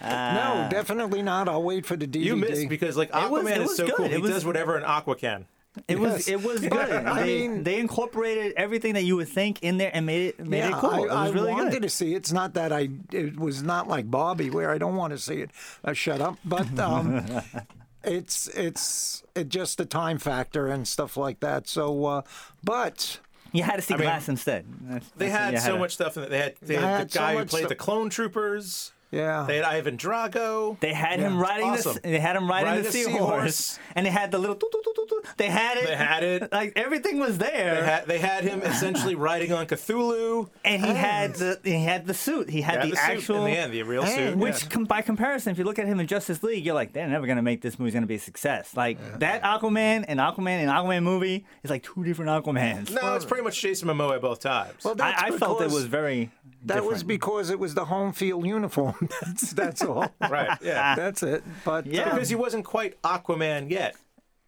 Speaker 2: no, definitely not. I'll wait for the DVD.
Speaker 3: you missed because like Aquaman
Speaker 1: It was- it
Speaker 3: is
Speaker 1: was
Speaker 3: so
Speaker 1: good.
Speaker 3: cool.
Speaker 1: It
Speaker 3: he
Speaker 1: was-
Speaker 3: does whatever an Aqua can.
Speaker 1: It was
Speaker 2: Yes.
Speaker 1: it was good.
Speaker 2: I
Speaker 1: they,
Speaker 2: mean-
Speaker 1: they incorporated everything that you would think in there and made it made
Speaker 2: yeah,
Speaker 1: it cool.
Speaker 2: I,
Speaker 1: it was
Speaker 2: I
Speaker 1: really
Speaker 2: wanted
Speaker 1: good.
Speaker 2: to see. it. It's not that I. It was not like Bobby, where I don't want to see it. Uh, shut up. But um, it's it's it just the time factor and stuff like that. So, uh, but
Speaker 1: you had to see
Speaker 3: I mean,
Speaker 1: Glass instead. That's-
Speaker 3: They
Speaker 1: that's- you
Speaker 3: had so
Speaker 1: to-
Speaker 3: much stuff in it. They had they
Speaker 2: They
Speaker 3: had,
Speaker 2: had
Speaker 3: the
Speaker 2: so
Speaker 3: guy who
Speaker 2: much
Speaker 3: played
Speaker 2: stuff.
Speaker 3: the Clone Troopers.
Speaker 2: yeah,
Speaker 3: They had Ivan Drago.
Speaker 1: They had him riding
Speaker 3: Awesome.
Speaker 1: the they had him riding
Speaker 3: Riding
Speaker 1: the
Speaker 3: a
Speaker 1: seahorse,
Speaker 3: seahorse.
Speaker 1: and they had the little toot, toot, toot, toot, toot. they had it
Speaker 3: They had it.
Speaker 1: like everything was there
Speaker 3: They had, they had him essentially riding on Cthulhu.
Speaker 1: and he had the he had the suit he had
Speaker 3: Yeah,
Speaker 1: the,
Speaker 3: the suit
Speaker 1: actual
Speaker 3: in the end, the real suit.
Speaker 2: And-
Speaker 1: Which, com- by comparison, if you look at him in Justice League, you're like, they're never gonna make this movie's gonna be a success. Like that Aquaman and Aquaman and Aquaman movie is like two different Aquamans.
Speaker 3: No, it's pretty much Jason Momoa both times.
Speaker 2: well, that's
Speaker 1: I, I felt it
Speaker 2: because-
Speaker 1: was very.
Speaker 2: That was
Speaker 1: different.
Speaker 2: because it was the home field uniform. that's that's all.
Speaker 3: right, yeah.
Speaker 2: That's it. But uh,
Speaker 1: Yeah.
Speaker 3: because he wasn't quite Aquaman yet.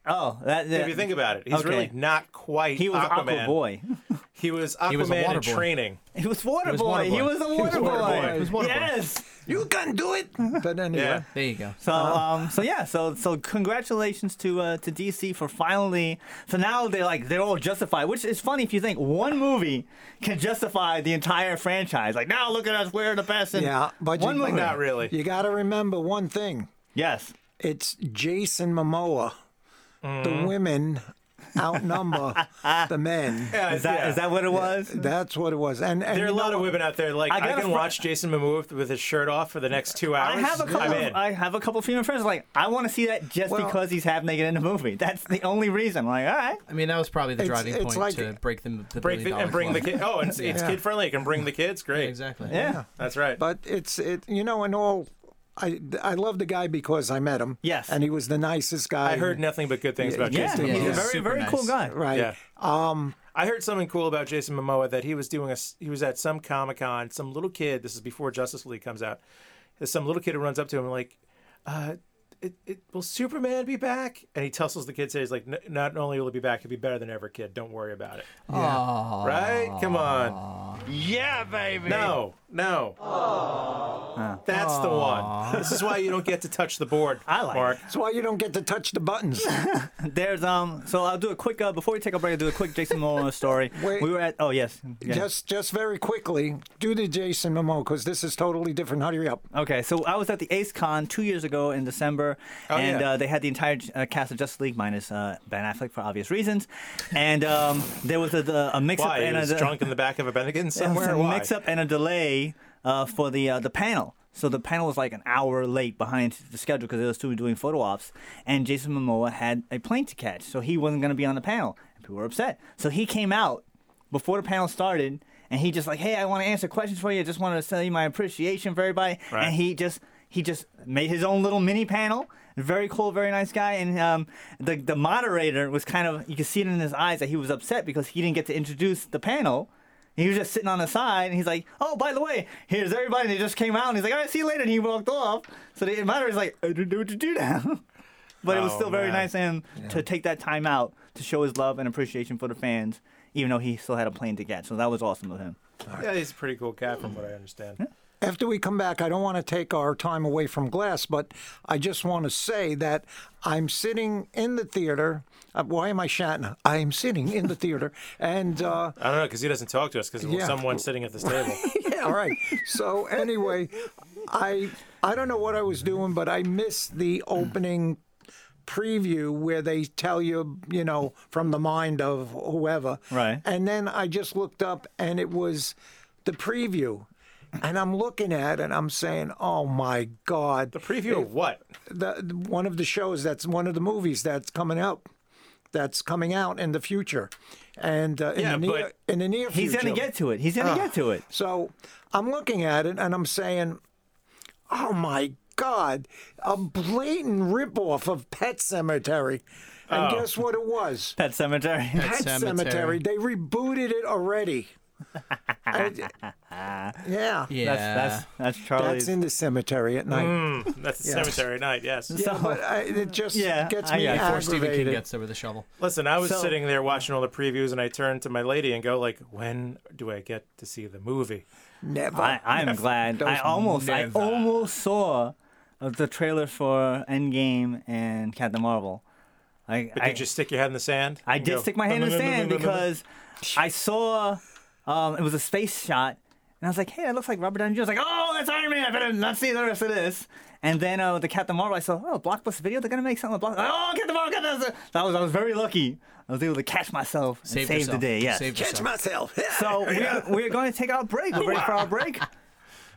Speaker 1: Oh, that, that
Speaker 3: If you think about it, he's
Speaker 1: okay.
Speaker 3: really not quite.
Speaker 1: he was
Speaker 3: Aquaman.
Speaker 1: Aqua Boy.
Speaker 3: He was
Speaker 4: He was a
Speaker 3: Aquaman
Speaker 4: water
Speaker 3: in
Speaker 4: boy.
Speaker 3: training.
Speaker 1: He was Water
Speaker 4: was
Speaker 1: Boy.
Speaker 4: Water
Speaker 1: He
Speaker 4: Boy.
Speaker 1: was a
Speaker 4: He was
Speaker 1: Water
Speaker 4: Water
Speaker 1: Boy.
Speaker 4: Boy. He was Water Boy.
Speaker 1: Yes.
Speaker 2: You can do it. But anyway,
Speaker 3: Yeah.
Speaker 4: There you go.
Speaker 1: So um so yeah so so congratulations to uh, to DC for finally so now they like they're all justified which is funny if you think one movie can justify the entire franchise like now look at us we're the best and
Speaker 2: Yeah, but
Speaker 1: one
Speaker 2: you-
Speaker 1: movie
Speaker 3: Not really.
Speaker 2: you got to remember one thing.
Speaker 1: yes
Speaker 2: It's Jason Momoa.
Speaker 3: Mm-hmm.
Speaker 2: The women outnumber the men.
Speaker 3: Yeah,
Speaker 1: is that is
Speaker 3: yeah.
Speaker 1: that what it was
Speaker 2: That's what it was. And, and
Speaker 3: There are a
Speaker 2: you
Speaker 3: lot of women out there like
Speaker 1: I
Speaker 3: I,
Speaker 1: got a
Speaker 3: can
Speaker 1: fri-
Speaker 3: watch Jason Momoa with his shirt off for the next two hours.
Speaker 1: I have a couple
Speaker 3: I'm
Speaker 1: of,
Speaker 3: in.
Speaker 1: I have a couple female friends like I want to see that just
Speaker 2: Well-
Speaker 1: because he's half naked in the movie that's the only reason I'm like all right
Speaker 4: I mean, that was probably the
Speaker 2: It's-
Speaker 4: driving
Speaker 2: it's
Speaker 4: point
Speaker 2: like-
Speaker 4: to break them the
Speaker 3: break
Speaker 4: billion
Speaker 3: the,
Speaker 4: dollar
Speaker 3: and bring the
Speaker 4: club.
Speaker 3: kid. Oh, and it's, it's kid friendly. You can bring the kids. Great.
Speaker 4: Exactly.
Speaker 1: yeah,
Speaker 3: That's right.
Speaker 2: But it's it you know, and all I I love the guy because I met him.
Speaker 1: Yes.
Speaker 2: And he was the nicest guy.
Speaker 3: I heard nothing but good things about
Speaker 1: yeah,
Speaker 3: Jason.
Speaker 1: he's
Speaker 4: Momoa.
Speaker 1: a
Speaker 4: Yeah.
Speaker 1: very
Speaker 4: Super
Speaker 1: very cool
Speaker 4: nice.
Speaker 1: guy
Speaker 2: Right.
Speaker 3: Yeah.
Speaker 1: um,
Speaker 3: I heard something cool about Jason Momoa that he was doing a s- he was at some Comic Con. Some little kid. This is before Justice League comes out. There's some little kid who runs up to him and like, uh, it, it, "Will Superman be back?" And he tussles the kid. Says like, "N- "Not only will he be back, he'll be better than ever, kid. Don't worry about it." Right? Come on.
Speaker 1: yeah baby
Speaker 3: No, no. That's the one. This is why you don't get to touch the board.
Speaker 1: I like
Speaker 3: Mark.
Speaker 2: That's why you don't get to touch the buttons.
Speaker 1: There's um. So I'll do a quick uh, before we take a break. I'll do a quick Jason Momoa story.
Speaker 2: Wait.
Speaker 1: We were at oh yes. yeah.
Speaker 2: Just just very quickly, do the Jason Momoa because this is totally different. Hurry up.
Speaker 1: Okay, so I was at the Ace Con two years ago in December, and
Speaker 3: Oh, yeah.
Speaker 1: uh, they had the entire uh, cast of Justice League minus uh, Ben Affleck for obvious reasons, and um, there was a, the- a mix up
Speaker 3: Why? He
Speaker 1: and
Speaker 3: was
Speaker 1: a,
Speaker 3: drunk in the back of a Bennigan
Speaker 1: there was
Speaker 3: somewhere?
Speaker 1: a
Speaker 3: Why?
Speaker 1: mix up and a delay uh, for the uh, the panel. So the panel was like an hour late behind the schedule because those two were doing photo ops, and Jason Momoa had a plane to catch, so he wasn't going to be on the panel. And people were upset, so he came out before the panel started, and he just like, "Hey, I want to answer questions for you. I just wanted to tell you my appreciation for everybody."
Speaker 3: Right.
Speaker 1: And he just he just made his own little mini panel. Very cool, very nice guy. And um, the the moderator was kind of you could see it in his eyes that he was upset because he didn't get to introduce the panel. He was just sitting on the side, and he's like, "Oh, by the way, here's everybody." They just came out, and he's like, "All right, see you later." And he walked off. So the moderator's like, "I didn't know what to do now." but it was
Speaker 3: Oh,
Speaker 1: still very
Speaker 3: man.
Speaker 1: nice of him to take that time out to show his love and appreciation for the fans, even though he still had a plane to catch. So that was awesome of him.
Speaker 3: Yeah, he's a pretty cool cat from what I understand.
Speaker 2: After we come back, I don't want to take our time away from Glass, but I just want to say that I'm sitting in the theater. Uh, why am I shouting? I am sitting in the theater, and uh,
Speaker 3: I don't know because he doesn't talk to us because
Speaker 2: Yeah.
Speaker 3: someone's sitting at this table.
Speaker 2: yeah, all right. So anyway, I I don't know what I was doing, but I missed the opening preview where they tell you, you know, from the mind of whoever.
Speaker 1: Right.
Speaker 2: And then I just looked up and it was the preview. And I'm looking at it and I'm saying, "Oh my god,
Speaker 3: the preview of what?
Speaker 2: the the- one of the shows that's one of the movies that's coming out." That's coming out in the future, and uh, in,
Speaker 3: Yeah,
Speaker 2: the near,
Speaker 3: but
Speaker 2: in the near future,
Speaker 1: He's gonna get to it. He's gonna
Speaker 3: Ah.
Speaker 1: get to it.
Speaker 2: so I'm looking at it and I'm saying, oh my God, a blatant ripoff of Pet Cemetery. And guess what it was?
Speaker 1: Pet Cemetery.
Speaker 2: Pet
Speaker 4: Cemetery.
Speaker 2: Cemetery. They rebooted it already. I- yeah.
Speaker 4: Yeah.
Speaker 1: That's that's that's Charlie's.
Speaker 2: That's in the cemetery at night.
Speaker 3: That's the cemetery night. Yes.
Speaker 2: Yeah, but uh, I, it just
Speaker 1: Yeah,
Speaker 2: gets
Speaker 1: I-
Speaker 2: me
Speaker 1: yeah,
Speaker 4: Before Stephen King
Speaker 2: aggravated.
Speaker 4: gets there with a shovel.
Speaker 3: Listen, I was
Speaker 1: So-
Speaker 3: sitting there watching all the previews, and I turned to my lady and go like, "When do I get to see the movie?"
Speaker 2: Never.
Speaker 1: I, I'm glad. I
Speaker 2: Those
Speaker 1: almost, I
Speaker 4: never.
Speaker 1: almost saw uh, the trailer for Endgame and Captain Marvel. I,
Speaker 3: But
Speaker 1: I
Speaker 3: did you stick your head in the sand?
Speaker 1: I
Speaker 3: and
Speaker 1: did
Speaker 3: go,
Speaker 1: stick my hand in the sand because I saw um, it was a space shot, and I was like, "Hey, that looks like Robert Downey Jr." I was like, "Oh, that's Iron Man. I better not see the rest of this." And then uh, the Captain Marvel, I saw, "Oh, Blockbuster Video. They're gonna make something with Block." Oh, Captain Marvel. Captain Marvel. So I was, I was very lucky. I was able to catch myself and
Speaker 4: Saved
Speaker 1: save
Speaker 4: yourself.
Speaker 1: the day. Yes.
Speaker 4: Saved
Speaker 2: Catch
Speaker 4: yourself.
Speaker 2: myself.
Speaker 1: so we're, we're going to take our break. We're ready for our break.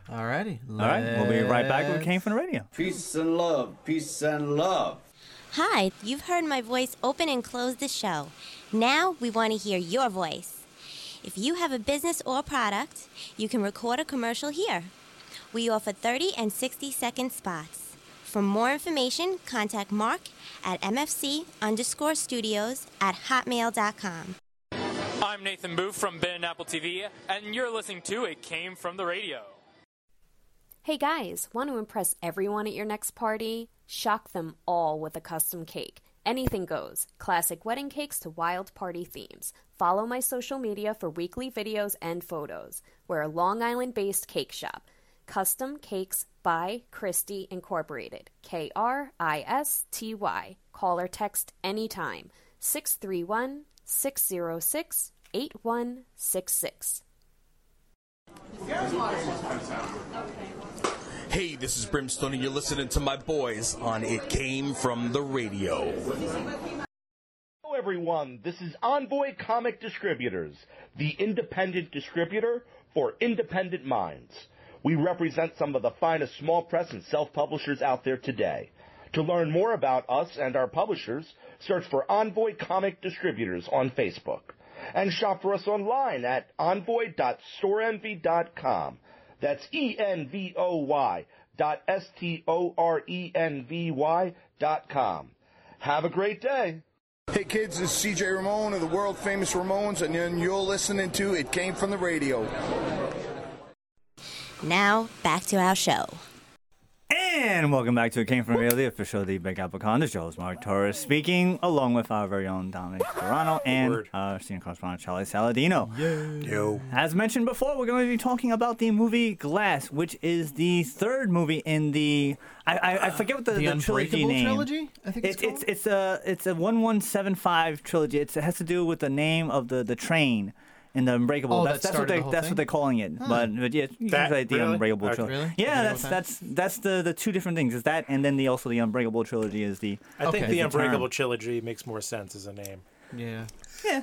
Speaker 4: Alrighty.
Speaker 1: All right, we'll be right back with Came from the Radio.
Speaker 5: Peace and love, peace and love.
Speaker 6: Hi, you've heard my voice open and close the show. Now we want to hear your voice. If you have a business or product, you can record a commercial here. We offer 30 and 60 second spots. For more information, contact Mark at mfc underscore studios at hotmail.com.
Speaker 7: I'm Nathan Booth from Ben and Apple TV, and you're listening to It Came From The Radio.
Speaker 8: Hey guys, want to impress everyone at your next party? Shock them all with a custom cake. Anything goes classic wedding cakes to wild party themes. Follow my social media for weekly videos and photos. We're a Long Island based cake shop. Custom Cakes by Christie Incorporated. K R I S T Y. Call or text anytime. 631 606 8166.
Speaker 9: Hey, this is Brimstone, and you're listening to my boys on It Came From the Radio.
Speaker 10: Hello, everyone. This is Envoy Comic Distributors, the independent distributor for independent minds. We represent some of the finest small press and self publishers out there today. To learn more about us and our publishers, search for Envoy Comic Distributors on Facebook. And shop for us online at envoy.storenv.com. That's E N V O Y dot S T O R E N V Y dot com. Have a great day.
Speaker 11: Hey kids, this is CJ Ramon of the world famous Ramones, and then you're listening to It Came From the Radio.
Speaker 6: Now, back to our show.
Speaker 1: And welcome back to It Came From Real, the official of the Big Apple Con. The show is Mark Torres speaking, along with our very own Dominic Serrano and our senior correspondent Charlie Saladino.
Speaker 2: Yo.
Speaker 1: As mentioned before, we're going to be talking about the movie Glass, which is the third movie in the. I, I, I forget what the,
Speaker 4: The
Speaker 1: trilogy
Speaker 4: Unbreakable
Speaker 1: name.
Speaker 4: trilogy, I think it's
Speaker 1: It- it's it's a it's a one one seven five trilogy. It's, it has to do with the name of the the train. in the Unbreakable.
Speaker 4: Oh,
Speaker 1: that's
Speaker 4: that
Speaker 1: that's what
Speaker 4: started the
Speaker 1: they
Speaker 4: whole
Speaker 1: that's what
Speaker 4: thing?
Speaker 1: they're calling it.
Speaker 4: Huh.
Speaker 1: But, but yeah, it's
Speaker 4: That-
Speaker 1: usually the
Speaker 4: really?
Speaker 1: Unbreakable
Speaker 4: Okay.
Speaker 1: trilogy.
Speaker 4: Really?
Speaker 1: Yeah,
Speaker 4: Unbreakable
Speaker 1: that's
Speaker 4: time?
Speaker 1: that's that's the the two different things. Is that and then the also the Unbreakable trilogy is the
Speaker 3: I think
Speaker 1: is
Speaker 3: the
Speaker 1: term.
Speaker 3: Unbreakable Trilogy makes more sense as a name.
Speaker 4: Yeah.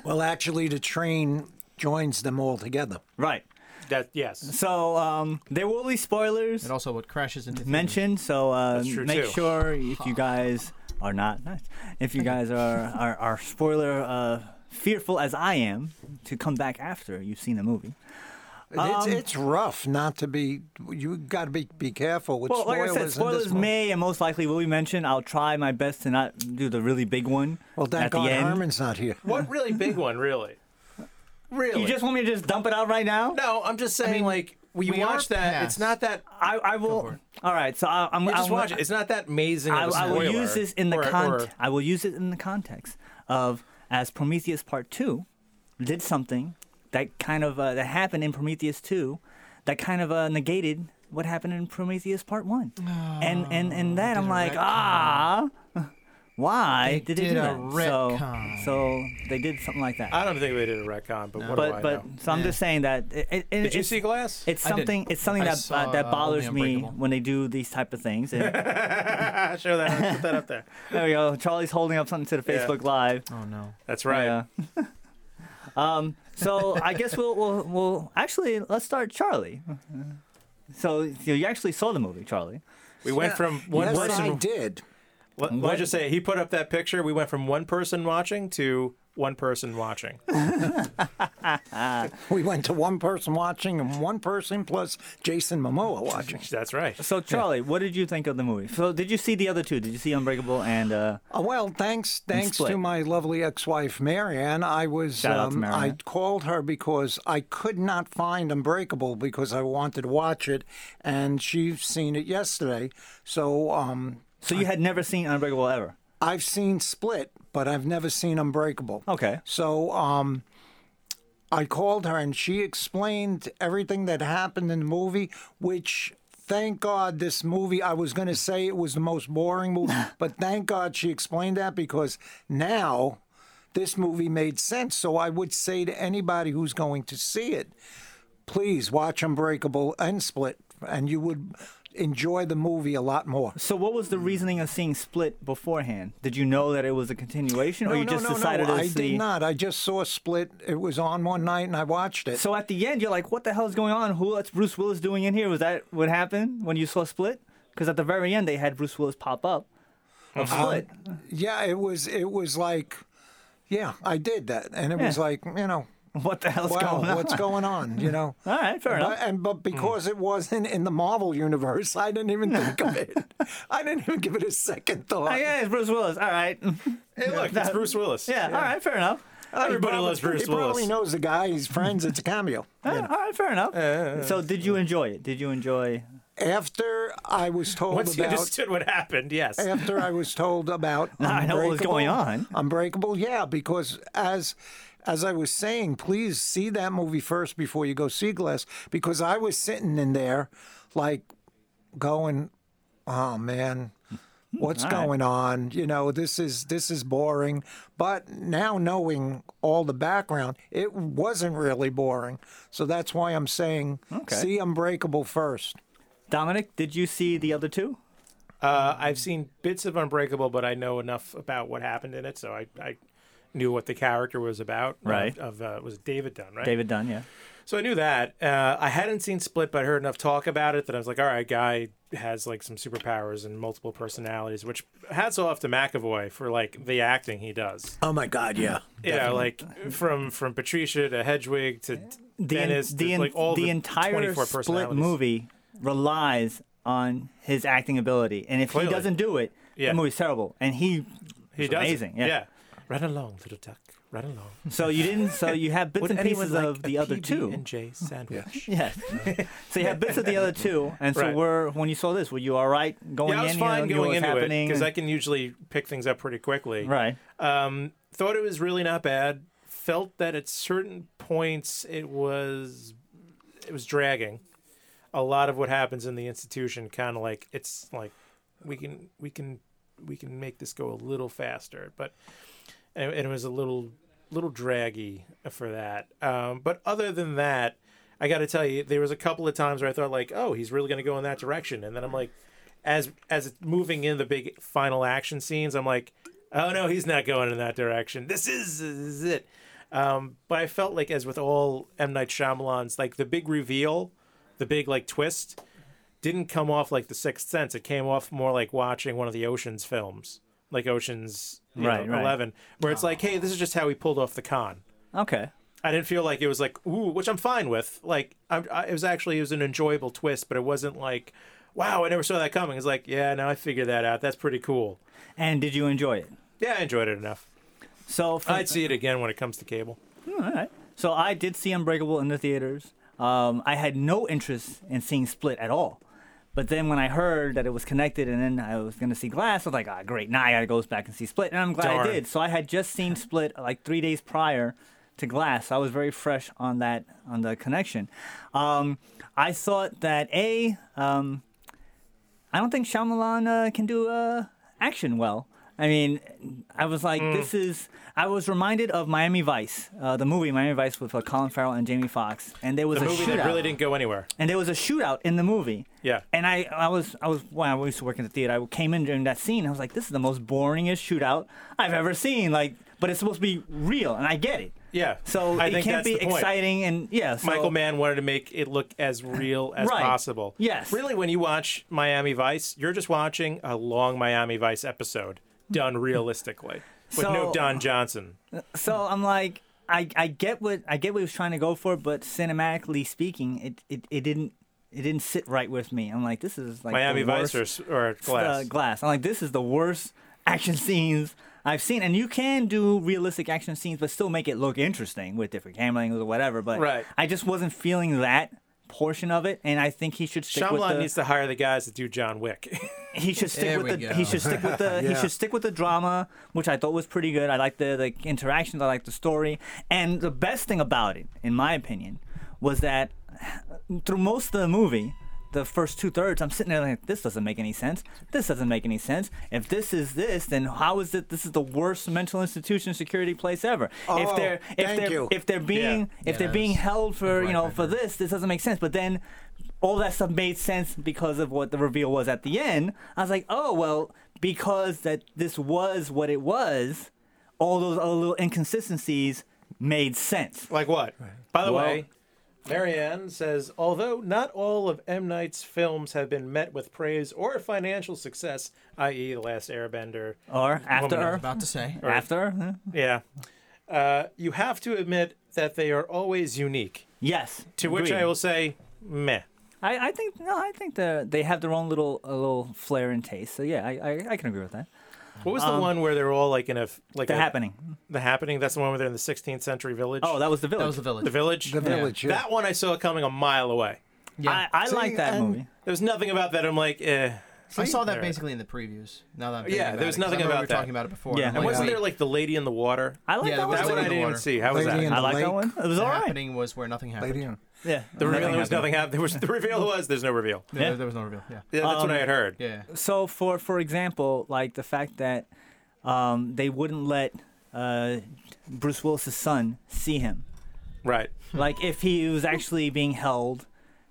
Speaker 2: Well, actually, the train joins them all together.
Speaker 1: Right.
Speaker 3: That yes.
Speaker 1: So um, there will be spoilers.
Speaker 4: And also, what crashes into
Speaker 1: mentioned. So uh,
Speaker 4: That's true,
Speaker 1: make
Speaker 4: too.
Speaker 1: sure if you guys are not, if you guys are are, are spoiler uh, fearful as I am, to come back after you've seen the movie.
Speaker 2: It's,
Speaker 1: Um,
Speaker 2: it's rough not to be. You got to be be careful with
Speaker 1: well,
Speaker 2: spoilers.
Speaker 1: like I said,
Speaker 2: in this
Speaker 1: spoilers
Speaker 2: one.
Speaker 1: may and most likely will be mentioned. I'll try my best to not do the really big one.
Speaker 2: Well, thank
Speaker 1: at the
Speaker 2: God
Speaker 1: end.
Speaker 2: Herman's not here.
Speaker 3: What really big one, really? Really?
Speaker 1: You just want me to just dump it out right now?
Speaker 3: No, I'm just saying, like, we,
Speaker 1: we
Speaker 3: watch
Speaker 1: are
Speaker 3: that.
Speaker 1: past-
Speaker 3: It's not that.
Speaker 1: I, I will. All right, so I, I'm.
Speaker 3: You just
Speaker 1: I'll,
Speaker 3: watch it. It's not that amazing of
Speaker 1: I,
Speaker 3: a
Speaker 1: I will
Speaker 3: spoiler.
Speaker 1: use this in the
Speaker 3: Or-
Speaker 1: context.
Speaker 3: or-
Speaker 1: I will use it in the context of as Prometheus Part Two did something that kind of uh, that happened in Prometheus Two, that kind of uh, negated what happened in Prometheus Part One, and and
Speaker 3: Oh,
Speaker 1: and that I'm like ah. Why
Speaker 4: They
Speaker 1: did they
Speaker 4: did
Speaker 1: do
Speaker 4: a
Speaker 1: that?
Speaker 4: retcon.
Speaker 1: So, so they did something like that.
Speaker 3: I don't think they did a retcon, but what do I
Speaker 1: But but
Speaker 3: know?
Speaker 1: so I'm just saying that it, it, it-
Speaker 3: Did you
Speaker 1: it's-
Speaker 3: see Glass?
Speaker 1: It's
Speaker 3: I didn't.
Speaker 1: something. It's something
Speaker 3: I
Speaker 1: that
Speaker 3: saw,
Speaker 1: uh, that
Speaker 3: uh,
Speaker 1: bothers
Speaker 3: Only
Speaker 1: me
Speaker 3: Unbreakable.
Speaker 1: when they do these type of things. And
Speaker 3: Show that. Put that up there.
Speaker 1: There we go. Charlie's holding up something to the
Speaker 3: Yeah.
Speaker 1: Facebook Live.
Speaker 4: Oh no.
Speaker 3: That's right.
Speaker 1: Um, so I guess we'll, we'll we'll actually let's start Charlie. So you, you actually saw the movie, Charlie.
Speaker 3: We went from one
Speaker 1: Yes,
Speaker 3: person.
Speaker 1: I
Speaker 2: did.
Speaker 3: Let, let me just say, he put up that picture. We went from one person watching to one person watching.
Speaker 2: we went to one person watching and one person plus Jason Momoa watching.
Speaker 3: That's right.
Speaker 1: So Charlie, what did you think of the movie? So did you see the other two? Did you see Unbreakable and uh,
Speaker 2: Oh, well, thanks,
Speaker 1: And
Speaker 2: thanks
Speaker 1: split.
Speaker 2: to my lovely ex-wife Marianne. I was,
Speaker 1: Shout out to
Speaker 2: um, I
Speaker 1: Marianne.
Speaker 2: called her because I could not find Unbreakable because I wanted to watch it, and she's seen it yesterday. So, um,
Speaker 1: so you had never seen Unbreakable ever?
Speaker 2: I've seen Split, but I've never seen Unbreakable.
Speaker 1: Okay.
Speaker 2: So, um, I called her and she explained everything that happened in the movie, which thank God this movie, I was going to say it was the most boring movie, but thank God she explained that because now this movie made sense. So I would say to anybody who's going to see it, please watch Unbreakable and Split, and you would enjoy the movie a lot more.
Speaker 1: So what was the reasoning of seeing Split beforehand? Did you know that it was a continuation, or you just decided
Speaker 2: no,
Speaker 1: to
Speaker 2: I
Speaker 1: see?
Speaker 2: did not. I just saw Split. It was on one night, and I watched it.
Speaker 1: So at the end, you're like, "What the hell is going on? Who? What's Bruce Willis doing in here? Was that what happened when you saw Split? Because at the very end, they had Bruce Willis pop up of
Speaker 2: Um,
Speaker 1: Split.
Speaker 2: yeah, it was. It was like, yeah, I did that, and it was
Speaker 1: Yeah.
Speaker 2: like, you know,
Speaker 1: What the hell's
Speaker 2: wow,
Speaker 1: going on?
Speaker 2: what's going on? You know.
Speaker 1: All right, fair
Speaker 2: but,
Speaker 1: enough. Hmm.
Speaker 2: and but because it wasn't in the Marvel universe, I didn't even think of it. I didn't even give it a second thought.
Speaker 1: Oh, yeah, it's Bruce Willis. All right. Yeah,
Speaker 3: Hey, look, it's Bruce Willis.
Speaker 1: all right, fair enough.
Speaker 3: Everybody loves Bruce
Speaker 2: he probably
Speaker 3: Willis.
Speaker 2: knows the guy. He's friends. It's a cameo.
Speaker 1: All right, fair enough. So, did you enjoy it? Did you enjoy
Speaker 2: after I was told
Speaker 3: Once you
Speaker 2: about
Speaker 3: understood what happened, yes.
Speaker 2: after I was told about
Speaker 3: Now I know what was
Speaker 2: Unbreakable-
Speaker 3: going on.
Speaker 2: Unbreakable, yeah, because as as I was saying, please see that movie first before you go see Glass, because I was sitting in there, like, going, oh man, what's
Speaker 1: all right.
Speaker 2: going on? You know, this is this is boring. But now knowing all the background, it wasn't really boring. So that's why I'm saying,
Speaker 1: Okay.
Speaker 2: see Unbreakable first.
Speaker 1: Dominic, did you see the other two?
Speaker 3: Uh, I've seen bits of Unbreakable, but I know enough about what happened in it, so I, I knew what the character was about. uh,
Speaker 1: Right.
Speaker 3: Of, uh, was it David Dunn, right?
Speaker 1: David Dunn, yeah.
Speaker 3: So I knew that. Uh, I hadn't seen Split, but I heard enough talk about it that I was like, all right, guy has like some superpowers and multiple personalities, which hats off to McAvoy for like the acting he does.
Speaker 2: Oh my God, yeah.
Speaker 3: You know, like from from Patricia to Hedwig to
Speaker 1: The, en-
Speaker 3: Dennis,
Speaker 1: the,
Speaker 3: to,
Speaker 1: en-
Speaker 3: like all the,
Speaker 1: the entire
Speaker 3: 24
Speaker 1: split
Speaker 3: personalities.
Speaker 1: movie relies on his acting ability, and if
Speaker 3: Clearly.
Speaker 1: he doesn't do it,
Speaker 3: Yeah.
Speaker 1: the movie's terrible. And he,
Speaker 3: He
Speaker 1: was
Speaker 3: does it.
Speaker 1: amazing. Yeah.
Speaker 3: yeah. Run along, little duck. Run along.
Speaker 1: So you didn't. So Oh, you have bits
Speaker 3: Would
Speaker 1: and
Speaker 3: anyone
Speaker 1: pieces
Speaker 3: like
Speaker 1: of
Speaker 3: a
Speaker 1: the other
Speaker 3: PB
Speaker 1: two.
Speaker 3: and J sandwich.
Speaker 1: Yes. so you have bits of the other two, and so
Speaker 3: Right.
Speaker 1: we're when you saw this, were you all right going
Speaker 3: yeah, I was
Speaker 1: in?
Speaker 3: fine
Speaker 1: you know,
Speaker 3: going
Speaker 1: you know
Speaker 3: into
Speaker 1: what's happening.
Speaker 3: it because I can usually pick things up pretty quickly.
Speaker 1: Right.
Speaker 3: Um, thought it was really not bad. Felt that at certain points it was it was dragging. A lot of what happens in the institution kind of like it's like we can we can we can make this go a little faster, but and and it was a little little draggy for that. Um, but other than that, I got to tell you, there was a couple of times where I thought like, oh, he's really going to go in that direction, and then I'm like, as as it's moving in the big final action scenes, I'm like, oh no, he's not going in that direction. This is this is it. Um, but I felt like, as with all M Night Shyamalan's, like the big reveal, the big like twist, didn't come off like The Sixth Sense. It came off more like watching one of the Ocean's films, like Ocean's you know,
Speaker 1: Right, right. Oh.
Speaker 3: Eleven, where it's like, hey, this is just how we pulled off the con.
Speaker 1: Okay.
Speaker 3: I didn't feel like it was like ooh, which I'm fine with. Like I'm, I, it was actually it was an enjoyable twist, but it wasn't like, wow, I never saw that coming. It's like, yeah, no, I figured that out. That's pretty cool.
Speaker 1: And did you enjoy it?
Speaker 3: Yeah, I enjoyed it enough.
Speaker 1: So for-
Speaker 3: I'd see it again when it comes to cable.
Speaker 1: All right. So I did see Unbreakable in the theaters. Um, I had no interest in seeing Split at all. But then when I heard that it was connected and then I was going to see Glass, I was like, ah, great. Now I got to go back and see Split. And I'm glad
Speaker 3: Darn.
Speaker 1: I did. So I had just seen Split like three days prior to Glass. So I was very fresh on that, on the connection. Um, I thought that, A, um, I don't think Shyamalan uh, can do uh, action well. I mean, I was like,
Speaker 3: Hmm.
Speaker 1: this is. I was reminded of Miami Vice, uh, the movie Miami Vice with uh, Colin Farrell and Jamie Foxx, and there was
Speaker 3: The
Speaker 1: a
Speaker 3: movie
Speaker 1: shootout.
Speaker 3: that really didn't go anywhere.
Speaker 1: and there was a shootout in the movie.
Speaker 3: Yeah.
Speaker 1: And I, I was, I was, when I used to work in the theater, I came in during that scene. I was like, this is the most boringest shootout I've ever seen. Like, but it's supposed to be real, and I get it.
Speaker 3: Yeah.
Speaker 1: So
Speaker 3: I
Speaker 1: it
Speaker 3: think
Speaker 1: can't
Speaker 3: that's
Speaker 1: be
Speaker 3: the point.
Speaker 1: exciting, and yeah. So,
Speaker 3: Michael Mann wanted to make it look as real as
Speaker 1: Right.
Speaker 3: possible.
Speaker 1: Yes.
Speaker 3: Really, when you watch Miami Vice, you're just watching a long Miami Vice episode done realistically with no
Speaker 1: So-
Speaker 3: Don Johnson.
Speaker 1: So I'm like, I, I get what I get what he was trying to go for, but cinematically speaking, it, it, it didn't it didn't sit right with me. I'm like, this is like the
Speaker 3: Miami Vice or,
Speaker 1: worst-
Speaker 3: s- or Glass.
Speaker 1: uh, glass. I'm like, this is the worst action scenes I've seen. And you can do realistic action scenes, but still make it look interesting with different camera angles or whatever. But
Speaker 3: Right.
Speaker 1: I just wasn't feeling that portion of it, and I think he should stick with
Speaker 3: Shyamalan
Speaker 1: the
Speaker 3: needs to hire the guys that do John Wick.
Speaker 1: he should stick
Speaker 4: There
Speaker 1: with
Speaker 4: we
Speaker 1: the
Speaker 4: go.
Speaker 1: he should stick with the he
Speaker 4: Yeah.
Speaker 1: should stick with the drama, which I thought was pretty good. I liked the the interactions, I liked the story, and the best thing about it, in my opinion, was that through most of the movie. The first two thirds, I'm sitting there like, this doesn't make any sense. This doesn't make any sense. If this is this, then how is it? This is the worst mental institution security place ever. if
Speaker 2: Oh,
Speaker 1: they're if
Speaker 2: thank
Speaker 1: they're
Speaker 2: you.
Speaker 1: if they're being if
Speaker 4: Yeah,
Speaker 1: they're
Speaker 4: that
Speaker 1: being
Speaker 4: was-
Speaker 1: held for you
Speaker 4: right
Speaker 1: know
Speaker 4: there.
Speaker 1: for this this doesn't make sense but then all that stuff made sense because of what the reveal was at the end i was like oh well because that this was what it was all those other little inconsistencies made sense
Speaker 3: Like what? By the
Speaker 1: Well-
Speaker 3: way, Marianne says, although not all of M. Night's films have been met with praise or financial success, i.e., The Last Airbender,
Speaker 1: or after
Speaker 3: Woman.
Speaker 4: About to say.
Speaker 1: after huh?
Speaker 3: yeah, uh, you have to admit that they are always unique.
Speaker 1: yes
Speaker 3: To which
Speaker 1: agreed.
Speaker 3: I will say, meh.
Speaker 1: I, I think no i think the, they have their own little a little flair and taste so yeah i, I, I can agree with that
Speaker 3: What was the one where they're all like in a f- like
Speaker 1: Um, the
Speaker 3: a,
Speaker 1: happening
Speaker 3: The happening. That's the one where they're in the 16th century village.
Speaker 1: oh that was the village
Speaker 4: That was the village.
Speaker 3: the village.
Speaker 2: The village, yeah.
Speaker 3: That one I saw coming a mile away.
Speaker 1: Yeah. I- I like that movie.
Speaker 3: There's nothing about that. I'm like, eh.
Speaker 4: I saw that
Speaker 3: Alright.
Speaker 4: basically in the previews. Now that I'm thinking
Speaker 3: Yeah,
Speaker 4: about
Speaker 3: there was
Speaker 4: it, 'cause I
Speaker 3: nothing
Speaker 4: remember
Speaker 3: about
Speaker 4: we were
Speaker 3: that.
Speaker 4: talking about it before.
Speaker 3: Yeah, and wasn't there like the lady in the water?
Speaker 4: I like Yeah, that there one. was
Speaker 3: That
Speaker 4: a
Speaker 3: one
Speaker 4: lady
Speaker 3: I
Speaker 4: in the
Speaker 3: didn't even
Speaker 4: water.
Speaker 3: see. How was
Speaker 4: Lady
Speaker 3: that?
Speaker 4: in the lake.
Speaker 1: It was
Speaker 4: the
Speaker 1: all right.
Speaker 4: happening was where nothing happened.
Speaker 1: Yeah.
Speaker 3: The
Speaker 1: Nothing
Speaker 3: reveal was
Speaker 1: happened.
Speaker 3: nothing happened. There was the reveal was there's no reveal.
Speaker 4: No, there- there was no reveal. Yeah.
Speaker 3: Yeah, that's what I had heard.
Speaker 4: Yeah.
Speaker 1: So for for example, like the fact that um, they wouldn't let uh, Bruce Willis's son see him.
Speaker 3: Right.
Speaker 1: Like if he was actually being held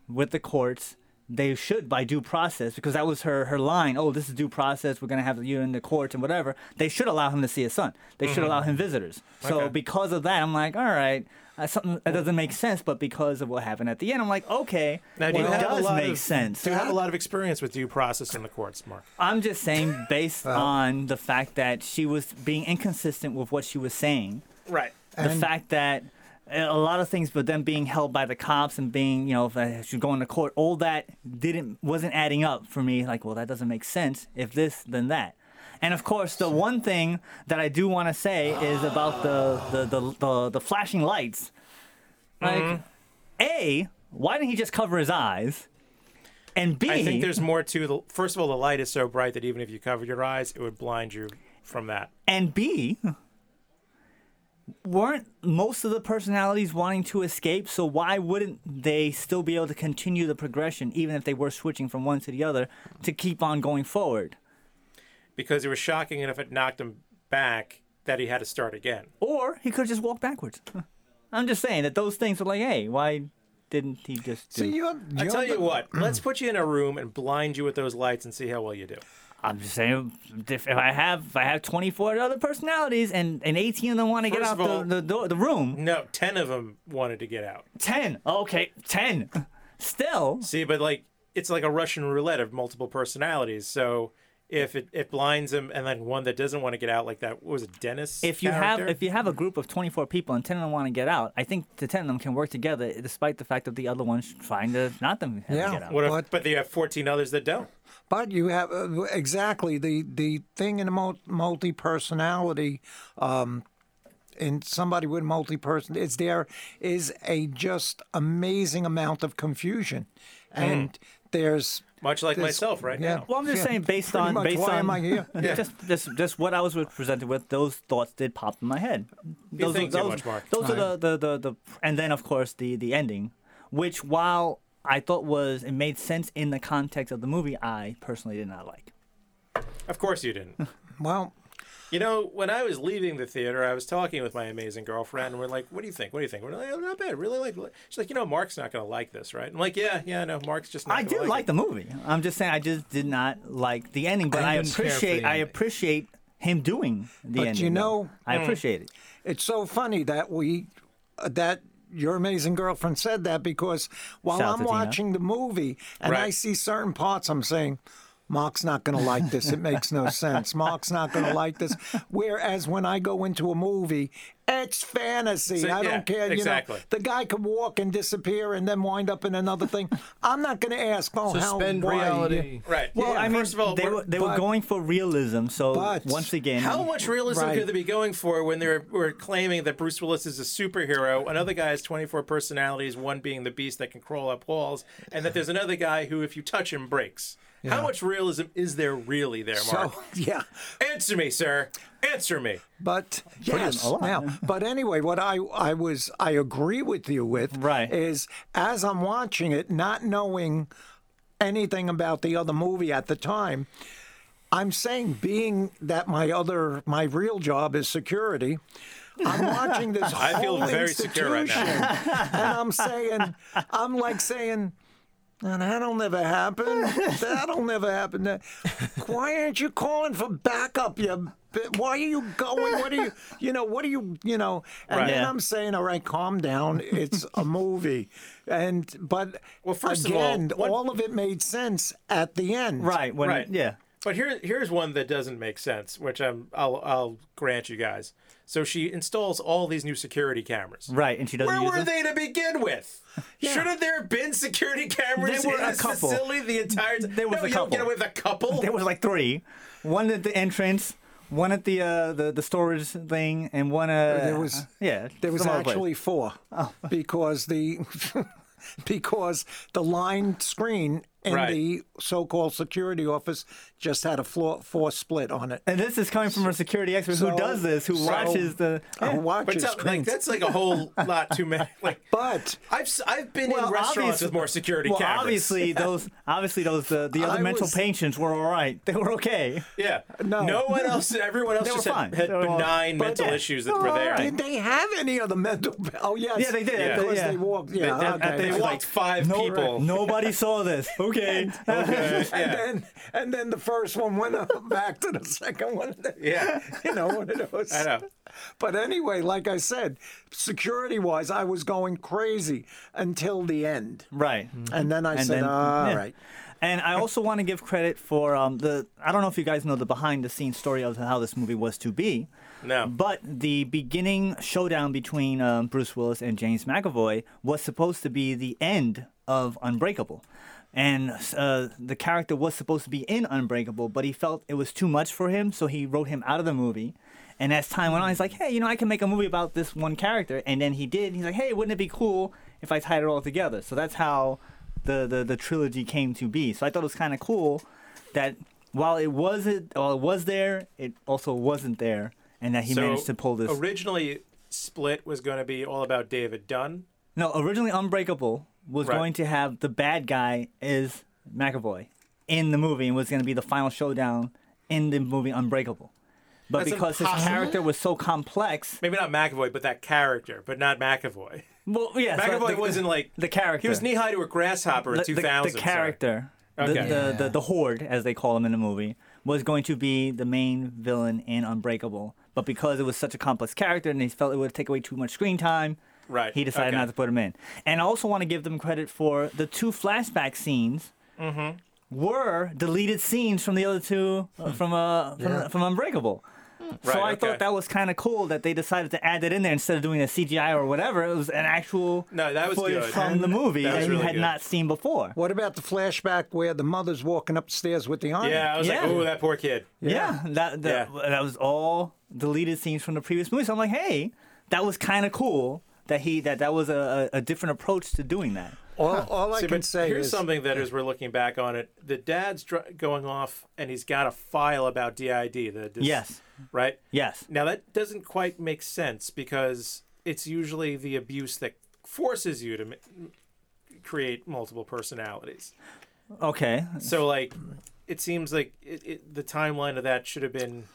Speaker 1: with the courts, they should by due process because that was her her line. Oh, this is due process. We're gonna have you in the courts and whatever. They should allow him to see his son. They
Speaker 3: Mm-hmm.
Speaker 1: should
Speaker 12: Mhm.
Speaker 1: allow him visitors. So
Speaker 12: Okay.
Speaker 1: because of that, I'm like, all right. That's something that doesn't make sense, but because of what happened at the end, I'm like, okay,
Speaker 3: Now, do
Speaker 1: it
Speaker 3: you have
Speaker 1: does
Speaker 3: a lot
Speaker 1: make
Speaker 3: of,
Speaker 1: sense.
Speaker 3: Do you have a lot of experience with due process in the courts, Mark?
Speaker 1: I'm just saying, based
Speaker 3: Uh-huh.
Speaker 1: on the fact that she was being inconsistent with what she was saying,
Speaker 3: Right.
Speaker 1: the fact that a lot of things, but then being held by the cops and being, you know, if uh, I should go into court, all that didn't wasn't adding up for me. Like, well, that doesn't make sense. If this, then that. And of course, the one thing that I do want to say is about the the the, the, the flashing lights. Like,
Speaker 3: Mm-hmm.
Speaker 1: a, why didn't he just cover his eyes? And B,
Speaker 3: I think there's more to the. First of all, the light is so bright that even if you covered your eyes, it would blind you from that.
Speaker 1: And B, weren't most of the personalities wanting to escape? So why wouldn't they still be able to continue the progression, even if they were switching from one to the other, to keep on going forward?
Speaker 3: because it was shocking enough it knocked him back that he had to start again.
Speaker 1: Or he could just walk backwards. I'm just saying that those things were like, hey, why didn't he just do?
Speaker 3: I tell you what, let's put you in a room and blind you with those lights and see how well you do.
Speaker 1: I'm just saying, if if I have if I have 24 other personalities and, and 18 of them want to get
Speaker 3: First
Speaker 1: out
Speaker 3: of all-
Speaker 1: the, the door, the room,
Speaker 3: No, ten of them wanted to get out.
Speaker 1: ten okay, ten, still.
Speaker 3: See, but like it's like a Russian roulette of multiple personalities. So if it, it blinds him and then one that doesn't want to get out like that what was it Dennis?
Speaker 1: if you have
Speaker 3: character?
Speaker 1: if you have a group of 24 people and 10 of them want to get out i think the 10 of them can work together despite the fact that the other one's trying to not them have to get out
Speaker 3: What if, but, you have fourteen others that don't.
Speaker 2: But you have uh, exactly the the thing in a multi personality, um, in somebody with multi person is there is a just amazing amount of confusion, and there's
Speaker 3: Hmm. Much like
Speaker 2: there's-
Speaker 3: myself right
Speaker 2: yeah,
Speaker 3: now.
Speaker 1: well i'm just
Speaker 2: yeah,
Speaker 1: saying based
Speaker 2: pretty
Speaker 1: on
Speaker 2: much
Speaker 1: based
Speaker 2: why
Speaker 1: on
Speaker 2: am I here?
Speaker 1: just, just just what i was presented with those thoughts did pop in my head
Speaker 3: You
Speaker 1: those,
Speaker 3: think
Speaker 1: are,
Speaker 3: too
Speaker 1: those,
Speaker 3: much, Mark.
Speaker 1: those are the, the, the, the and then of course the the ending which while i thought was it made sense in the context of the movie i personally did not like
Speaker 3: Of course you didn't.
Speaker 2: Well,
Speaker 3: You know, when I was leaving the theater, I was talking with my amazing girlfriend, and we're like, "What do you think? What do you think?" We're like, oh, "Not bad, really like." it." She's like, "You know, Mark's not going to like this, right?" I'm like, "Yeah, yeah, no, Mark's just not."
Speaker 1: I
Speaker 3: gonna
Speaker 1: did like,
Speaker 3: like it."
Speaker 1: the movie. I'm just saying I just did not like the ending, but I,
Speaker 2: I didn't care for the
Speaker 1: appreciate I
Speaker 2: ending.
Speaker 1: appreciate him doing the
Speaker 2: but
Speaker 1: ending.
Speaker 2: you
Speaker 1: though.
Speaker 2: know,
Speaker 1: I appreciate it.
Speaker 2: It's so funny that we uh, that your amazing girlfriend said that because while
Speaker 1: Shout out
Speaker 2: I'm
Speaker 1: to Tina.
Speaker 2: watching the movie and I
Speaker 1: Right.
Speaker 2: see certain parts, I'm saying. Mark's not going to like this. It makes no sense. Mark's not going to like this. Whereas when I go into a movie, it's fantasy.
Speaker 3: So,
Speaker 2: I
Speaker 3: yeah,
Speaker 2: don't care.
Speaker 3: exactly.
Speaker 2: You know, the guy could walk and disappear and then wind up in another thing. I'm not going to ask. Oh,
Speaker 4: Suspend
Speaker 2: how? why?"
Speaker 4: reality.
Speaker 3: Right.
Speaker 1: Well,
Speaker 2: Yeah.
Speaker 1: I mean, they were they were
Speaker 2: but-
Speaker 1: going for realism. So
Speaker 2: but-
Speaker 1: once again,
Speaker 3: How much realism
Speaker 1: Right.
Speaker 3: could they be going for when they were, were claiming that Bruce Willis is a superhero, another guy has 24 personalities, one being the beast that can crawl up walls, and that there's another guy who, if you touch him, breaks? How much realism is there really there, Mark?
Speaker 2: So, yeah.
Speaker 3: Answer me, sir. Answer me.
Speaker 2: But
Speaker 3: Pretty
Speaker 2: yes,
Speaker 3: a lot.
Speaker 2: now. But anyway, what I I was I agree with you with right. is as I'm watching it, not knowing anything about the other movie at the time, I'm saying being that my other my real job is security. I'm watching this
Speaker 3: I feel
Speaker 2: whole
Speaker 3: very secure right now.
Speaker 2: institution, and I'm saying, I'm like saying, "No, that'll never happen. That'll never happen. That- Why aren't you calling for backup? You, bi- why are you going? What are you, you know, what are you, you know? And
Speaker 3: Right.
Speaker 2: then
Speaker 3: Yeah.
Speaker 2: I'm saying, all right, calm down. It's a movie, and but
Speaker 3: Well, first of all,
Speaker 2: again,
Speaker 3: one-
Speaker 2: all of it made sense at the end,
Speaker 3: right. But here, here's one that doesn't make sense, which I'm, I'll, I'll grant you guys. So she installs all these new security cameras.
Speaker 1: right, and she doesn't.
Speaker 3: Where
Speaker 1: use
Speaker 3: were
Speaker 1: them?
Speaker 3: they to begin with? Shouldn't there have been security cameras
Speaker 1: There were
Speaker 3: in
Speaker 1: a
Speaker 3: this
Speaker 1: couple.
Speaker 3: facility the entire time?
Speaker 1: There was
Speaker 3: no,
Speaker 1: a
Speaker 3: you don't get
Speaker 1: couple.
Speaker 3: away with a couple.
Speaker 1: There was like three. One at the entrance, one at the uh, the, the storage thing, and one. Uh,
Speaker 2: there was
Speaker 1: yeah.
Speaker 2: there was
Speaker 3: Oh.
Speaker 1: some other place.
Speaker 2: actually four because the because the line screen in
Speaker 1: Right.
Speaker 2: the so-called security office just had a floor, four split on it.
Speaker 1: And this is coming from a security expert who does this, who watches the- Yeah.
Speaker 2: who
Speaker 1: But
Speaker 2: watches
Speaker 1: so- like,
Speaker 2: screens.
Speaker 1: that's like a whole lot too many.
Speaker 3: Like,
Speaker 2: but
Speaker 3: I've s- I've been
Speaker 1: Well,
Speaker 3: in restaurants
Speaker 1: obvious-
Speaker 3: with more security
Speaker 1: well,
Speaker 3: cameras.
Speaker 1: obviously those, obviously those, uh, the other
Speaker 3: I
Speaker 1: mental
Speaker 3: was-
Speaker 1: patients were all right. They were okay.
Speaker 3: Yeah.
Speaker 2: No.
Speaker 3: one else. Everyone else
Speaker 1: They
Speaker 3: just
Speaker 1: were
Speaker 3: had,
Speaker 1: fine.
Speaker 3: had
Speaker 1: They were all-
Speaker 3: benign
Speaker 1: But oh,
Speaker 3: mental
Speaker 1: yeah.
Speaker 3: issues that
Speaker 1: They
Speaker 3: were
Speaker 1: were
Speaker 3: there.
Speaker 1: all
Speaker 2: Oh, Did they have any other mental? Oh yes.
Speaker 1: Yeah, they did.
Speaker 3: Yeah.
Speaker 2: Because
Speaker 1: yeah.
Speaker 2: they walked. Yeah.
Speaker 1: They-
Speaker 2: Ah, okay.
Speaker 1: they walked
Speaker 3: five people.
Speaker 1: Nobody saw this. Okay.
Speaker 3: Uh,
Speaker 2: and then and then the first one went up back to the second one.
Speaker 3: Yeah.
Speaker 2: You know what it was.
Speaker 3: I know.
Speaker 2: But anyway, like I said, security wise, I was going crazy until the end.
Speaker 1: Right.
Speaker 3: Hmm.
Speaker 2: And then I
Speaker 1: And
Speaker 2: said, "All right."
Speaker 1: yeah. And I also want to give credit for um, the. I don't know if you guys know the behind the scenes story of how this movie was to be.
Speaker 3: No.
Speaker 1: But the beginning showdown between um, Bruce Willis and James McAvoy was supposed to be the end of Unbreakable. And uh, the character was supposed to be in Unbreakable, but he felt it was too much for him, so he wrote him out of the movie. And as time went on, he's like, hey, you know, I can make a movie about this one character. And then he did. And he's like, hey, wouldn't it be cool if I tied it all together? So that's how the, the, the trilogy came to be. So I thought it was kind of cool that while it wasn't, while it was there, it also wasn't there, and that he
Speaker 3: So,
Speaker 1: managed to pull this.
Speaker 3: Originally, Split was going to be all about David Dunn.
Speaker 1: no, originally Unbreakable was
Speaker 3: Right.
Speaker 1: going to have the bad guy is McAvoy in the movie, and was going to be the final showdown in the movie Unbreakable. But
Speaker 3: That's
Speaker 1: because his
Speaker 3: impossible.
Speaker 1: character was so complex,
Speaker 3: Maybe not McAvoy, but that character, but not McAvoy.
Speaker 1: well, yeah, so
Speaker 3: McAvoy
Speaker 1: the-
Speaker 3: wasn't like
Speaker 1: the character.
Speaker 3: He was knee high to a grasshopper in
Speaker 1: the, the-
Speaker 3: 2000.
Speaker 1: The
Speaker 3: sorry.
Speaker 1: character, the,
Speaker 3: Okay.
Speaker 1: the, the, the horde, as they call him in the movie, was going to be the main villain in Unbreakable. But because it was such a complex character and they felt it would take away too much screen time,
Speaker 3: Right,
Speaker 1: he decided
Speaker 3: okay.
Speaker 1: not to put him in. And I also want to give them credit for the two flashback scenes
Speaker 3: Mm-hmm.
Speaker 1: were deleted scenes from the other two uh, from uh from,
Speaker 3: Yeah.
Speaker 1: from Unbreakable. So
Speaker 3: Right,
Speaker 1: I
Speaker 3: okay.
Speaker 1: thought that was kind of cool that they decided to add that in there instead of doing a CGI or whatever. It was an actual
Speaker 3: No, that was
Speaker 1: footage
Speaker 3: good.
Speaker 1: from the movie
Speaker 3: That
Speaker 1: that,
Speaker 3: was
Speaker 1: you
Speaker 3: really
Speaker 1: had
Speaker 3: good.
Speaker 1: not seen before.
Speaker 2: What about the flashback where the mother's walking upstairs with the iron?
Speaker 3: Yeah, I was like, oh, that poor kid.
Speaker 1: Yeah, that that, that was all deleted scenes from the previous movie. So I'm like, hey, that was kind of cool that he that that was a, a a different approach to doing that.
Speaker 2: All, all I
Speaker 3: See,
Speaker 2: can
Speaker 3: but
Speaker 2: say
Speaker 3: here's
Speaker 2: is
Speaker 3: something that as we're looking back on it, the dad's dr- going off and he's got a file about DID. The dis-
Speaker 1: Yes.
Speaker 3: right.
Speaker 1: Yes.
Speaker 3: Now that doesn't quite make sense because it's usually the abuse that forces you to m- create multiple personalities.
Speaker 1: Okay.
Speaker 3: So like, it seems like it, it, the timeline of that should have been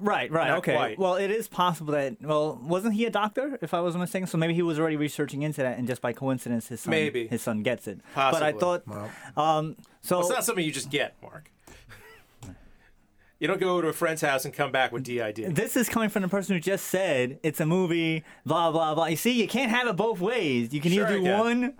Speaker 1: Right, right,
Speaker 3: Not
Speaker 1: okay.
Speaker 3: quite.
Speaker 1: Well, it is possible that well, wasn't he a doctor? If I wasn't mistaken, so maybe he was already researching into that, and just by coincidence, his son,
Speaker 3: Maybe.
Speaker 1: his son gets it. But I
Speaker 3: Possibly.
Speaker 1: thought, um, so
Speaker 3: Well, it's not something you just get, Mark. you don't go to a friend's house and come back with DID.
Speaker 1: This is coming from the person who just said it's a movie, blah blah blah. You see, you can't have it both ways. You can
Speaker 3: Sure
Speaker 1: either
Speaker 3: I
Speaker 1: do
Speaker 3: can.
Speaker 1: one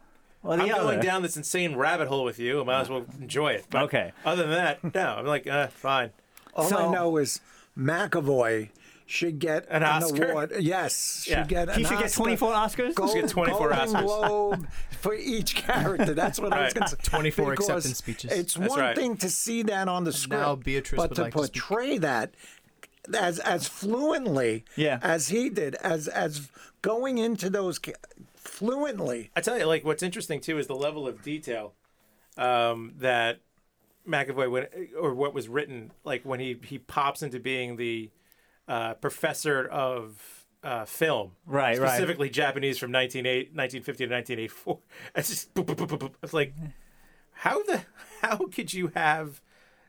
Speaker 1: or the
Speaker 3: I'm
Speaker 1: other.
Speaker 3: going down this insane rabbit hole with you. I might as well enjoy it. But
Speaker 1: Okay.
Speaker 3: Other than that, no. I'm like, uh, fine.
Speaker 2: all I know is McAvoy should get
Speaker 3: An
Speaker 2: an,
Speaker 3: Oscar?
Speaker 2: award. Yes,
Speaker 3: Yeah.
Speaker 2: should get.
Speaker 1: He
Speaker 2: an
Speaker 1: should get
Speaker 2: Oscar.
Speaker 1: 24 Oscars?
Speaker 2: Gold,
Speaker 1: He should get
Speaker 3: 24
Speaker 2: Golden
Speaker 3: Oscars.
Speaker 2: Globe for each character. That's what I was
Speaker 3: Right.
Speaker 2: going to say.
Speaker 4: 24
Speaker 2: Because
Speaker 4: acceptance speeches.
Speaker 2: It's
Speaker 4: That's
Speaker 2: one
Speaker 4: right.
Speaker 2: thing to see that on the script,
Speaker 4: now Beatrice
Speaker 2: but
Speaker 4: would
Speaker 2: to
Speaker 4: like to speak.
Speaker 2: portray that as as fluently
Speaker 1: Yeah.
Speaker 2: as he did, as as going into those ca- fluently.
Speaker 3: I tell you, like, what's interesting too is the level of detail um, that McAvoy went, or what was written, like when he he pops into being the uh, professor of uh, film,
Speaker 1: Right, right.
Speaker 3: Specifically Japanese from 1908 1950 to 1984. It's just boop, boop, boop, boop, boop. it's like how the how could you have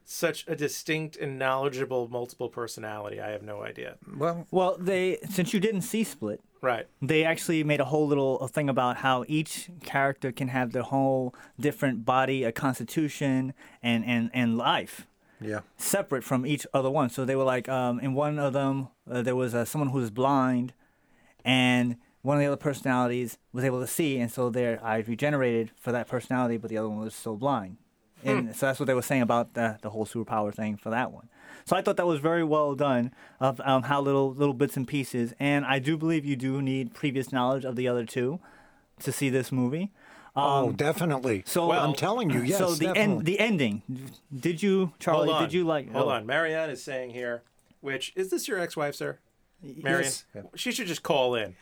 Speaker 3: such a distinct and knowledgeable multiple personality? I have no idea.
Speaker 2: Well,
Speaker 1: well, they since you didn't see Split,
Speaker 3: Right.
Speaker 1: they actually made a whole little thing about how each character can have their whole different body, a constitution, and and and life
Speaker 2: Yeah.
Speaker 1: separate from each other one. So they were like, um, in one of them, uh, there was uh, someone who was blind, and one of the other personalities was able to see, and so their eyes regenerated for that personality, but the other one was still blind. And so that's what they were saying about the, the whole superpower thing for that one. So I thought that was very well done of um, how little little bits and pieces. And I do believe you do need previous knowledge of the other two to see this movie. Um,
Speaker 2: oh, definitely.
Speaker 1: So
Speaker 2: I'm telling you, yes.
Speaker 1: So the
Speaker 2: definitely.
Speaker 1: end, the ending. Did you, Charlie?
Speaker 3: Hold on.
Speaker 1: Did you like?
Speaker 3: Hold
Speaker 1: oh.
Speaker 3: on. Marianne is saying here, which is this your ex-wife, sir? Marion,
Speaker 2: Yes.
Speaker 3: she should just call in.